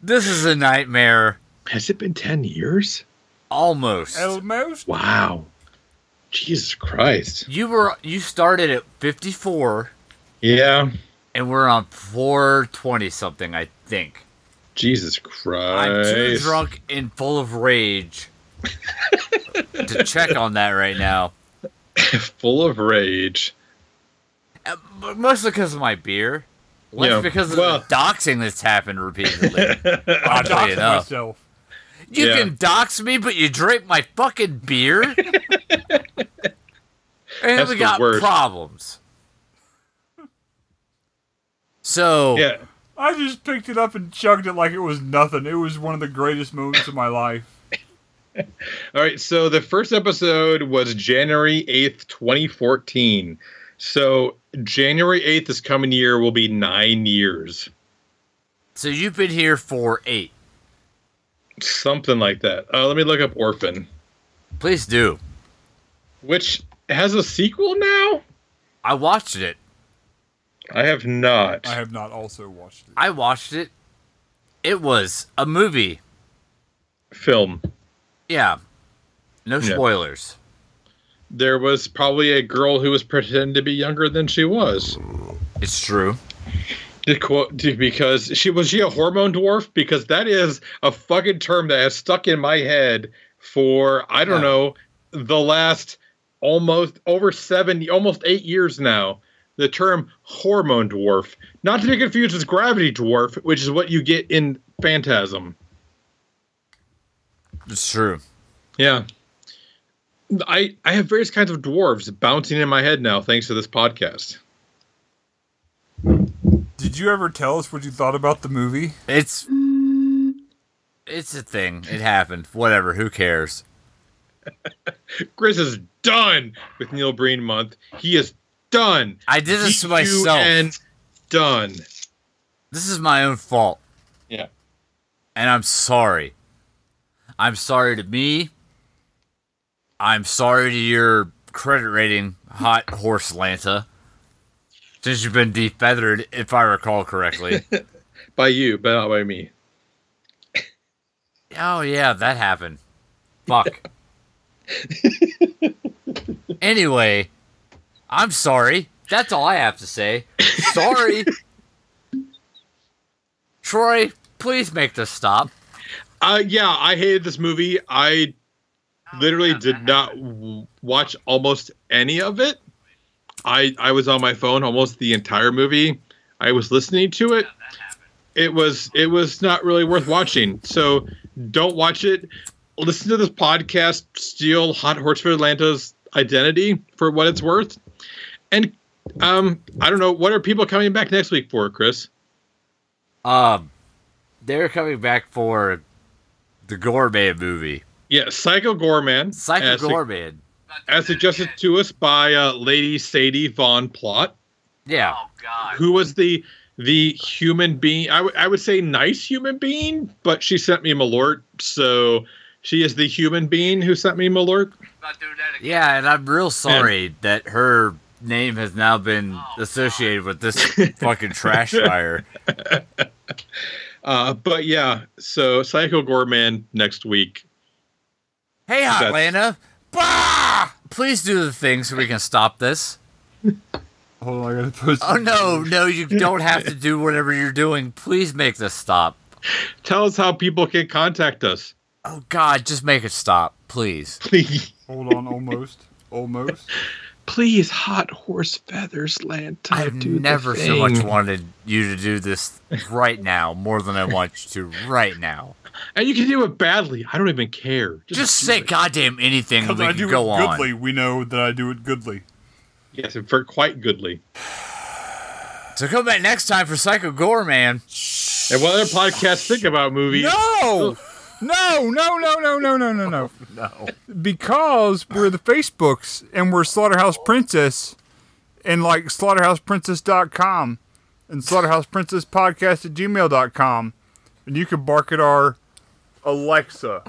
This is a nightmare.
Has it been ten years?
Almost.
Oh.
Almost.
Wow, Jesus Christ!
You were you started at fifty four,
Yeah,
and we're on four twenty something, I think.
Jesus Christ!
I'm too drunk and full of rage to check on that right now.
full of rage.
Uh, but Mostly because of my beer. Less
Yeah,
because of
well-
the doxing that's happened repeatedly.
I
Oddly
doxed
enough.
myself.
You
Yeah.
can dox me, but you drink my fucking beer? and
That's
we
the
got
worst.
problems. So,
Yeah,
I just picked it up and chugged it like it was nothing. It was one of the greatest moments of my life.
All right, so the first episode was January 8th, 2014. So January 8th this coming year will be 9 years.
so you've been here for eight.
Something like that. Uh, let me look up Orphan,
Please do.
which has a sequel now?
I watched it.
I have not.
I have not also watched it.
I watched it. It was a movie.
Film.
Yeah. No
Yeah.
spoilers.
There was probably a girl who was pretending to be younger than she was.
It's true.
To quote, to- because she was she a hormone dwarf? Because that is a fucking term that has stuck in my head for I don't
Yeah.
know the last almost over seven, almost eight years now. The term hormone dwarf, not to be confused with gravity dwarf, which is what you get in Phantasm.
It's true.
Yeah, I I have various kinds of dwarves bouncing in my head now thanks to this podcast.
Did you ever tell us what you thought about the movie?
It's it's a thing. It happened. Whatever. Who cares?
Chris is done with Neil Breen month. He is done.
I did this to myself.
And done.
This is my own fault.
Yeah.
And I'm sorry. I'm sorry to me. I'm sorry to your credit rating, hot horse Lanta. Since you've been defeathered, if I recall correctly.
By you, but not by me.
oh yeah, that happened. Fuck. anyway, I'm sorry. That's all I have to say. Sorry. Troy, please make this stop.
Uh, yeah, I hated this movie. I literally did not w- watch almost any of it. I I was on my phone almost the entire movie. I was listening to it. It was it was not really worth watching. So don't watch it. Listen to this podcast. Steal Hot Horse for Atlanta's identity for what it's worth. And um, I don't know what are people coming back next week for, Chris.
Um, they're coming back for the Gourmet movie,
Yeah, Psycho Gorman.
Psycho
as the-
Gourmet.
as suggested to us by uh, Lady Sadie Von Plott,
Yeah,
who was the the human being. I would- I would say nice human being, but she sent me Malort, so she is the human being who sent me Malort.
yeah, and I'm real sorry that her name has now been associated with this fucking trash fire.
Uh, but yeah, so Psycho Gorman next week.
Hey, Hot
That's-
Lanta, bah! please do the thing so we can stop this.
Hold on, I gotta post.
Oh no, no, you don't have to do whatever you're doing. Please make this stop.
Tell us how people can contact us,
Oh God, just make it stop, please.
please.
Hold on, almost, almost.
please, hot horse feathers, Lanta.
I've
do the
never so much
thing."
wanted you to do this right now more than I want you to right now.
And you can do it badly. I don't even care.
Just
do
say
it.
goddamn anything and
Because
we
I
can
do
go
it
on.
goodly. We know that I do it goodly.
Yes, and for quite goodly.
So come back next time for Psycho Gore, man.
And what other podcasts think about movies?
No! No, no, no, no, no, no, no, no.
No.
Because we're the Facebooks and we're Slaughterhouse Princess and like slaughterhouseprincess.com and slaughterhouseprincesspodcast at gmail.com. And you can bark at our Alexa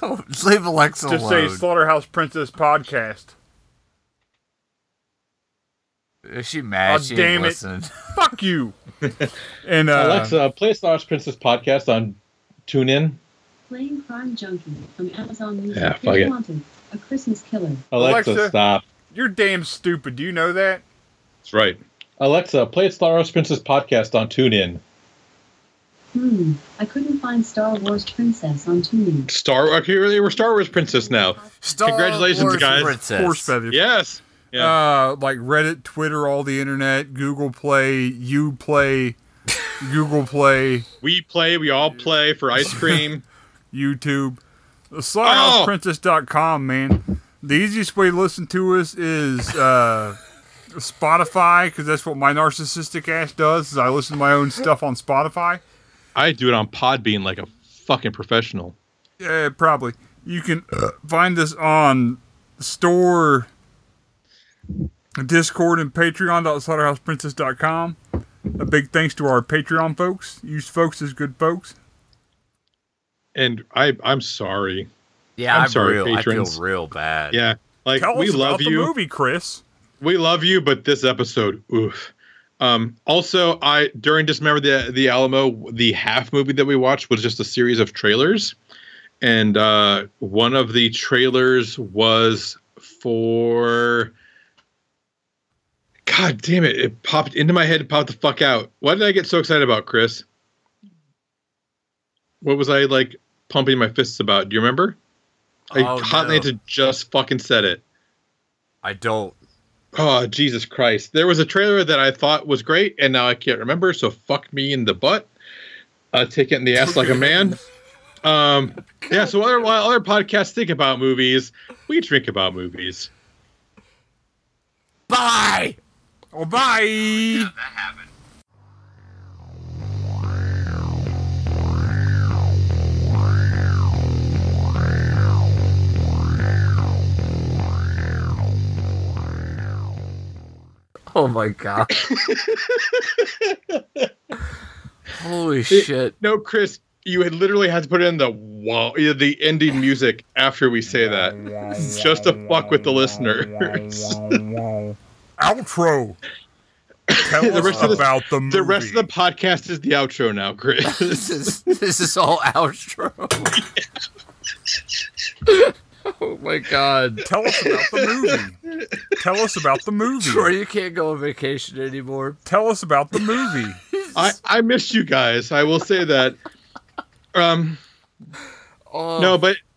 Don't leave Alexa
to say
alone.
Slaughterhouse Princess Podcast.
Is she mad?
Aw,
she
damn
ain't
it.
listening.
Fuck you. and uh,
Alexa, play Stars Princess podcast on TuneIn.
Playing Crime Junkie from Amazon Music.
Yeah, fuck it. Oh.
Wanted, a Christmas killer.
Alexa,
Alexa.
stop.
you're damn stupid. Do you know that?
That's right. Alexa, play Star Wars Princess podcast on TuneIn.
Hmm, I couldn't find Star Wars Princess on tuning.
Star, okay, really, we're Star Wars Princess now.
Star
Congratulations,
Wars
guys.
Princess.
Horse feathers.
Yes. Yeah.
Uh, like Reddit, Twitter, all the internet, Google Play, you play, Google Play,
we play. We all play for ice cream.
YouTube.
Oh!
SlaughterhousePrincess.com, man. The easiest way to listen to us is uh, Spotify, because that's what my narcissistic ass does. Is I listen to my own stuff on Spotify.
I do it on Podbean like a fucking professional.
Yeah, Eh, probably. You can find us on store, Discord, and Patreon.slaughterhouseprincess.com. A big thanks to our Patreon folks. Use folks as good folks.
And I, I'm sorry.
Yeah,
I'm
I'm,
sorry,
real. I
patrons.
feel real bad.
Yeah. Like
Tell
we
us
love
about
you.
the movie, Chris.
We love you, but this episode, oof. Um, also, I during Dismember the the Alamo, the half movie that we watched was just a series of trailers, and uh, one of the trailers was for. God damn it! It popped into my head, it popped the fuck out. Why did I get so excited about Chris? What was I like pumping my fists about? Do you remember? I
Oh,
hot
no.
Lanta just fucking said it.
I don't.
Oh, Jesus Christ. There was a trailer that I thought was great, and now I can't remember, so fuck me in the butt. Uh, take it in the ass like a man. Um, yeah, so other, while other podcasts think about movies, we drink about movies.
Bye.
Oh, bye.
That happened. Oh my god. Holy shit.
No, Chris, you had literally had to put in the wall, the ending music after we say that. Just to fuck with the listeners.
Outro. Tell
The
us
rest of this-
about the movie.
The rest of the podcast is the outro now, Chris.
This is this is all outro. oh my god.
Tell us about the movie. Tell us about the movie.
Troy, you can't go on vacation anymore.
Tell us about the movie.
I, I missed you guys. I will say that. Um,
Oh,
no, but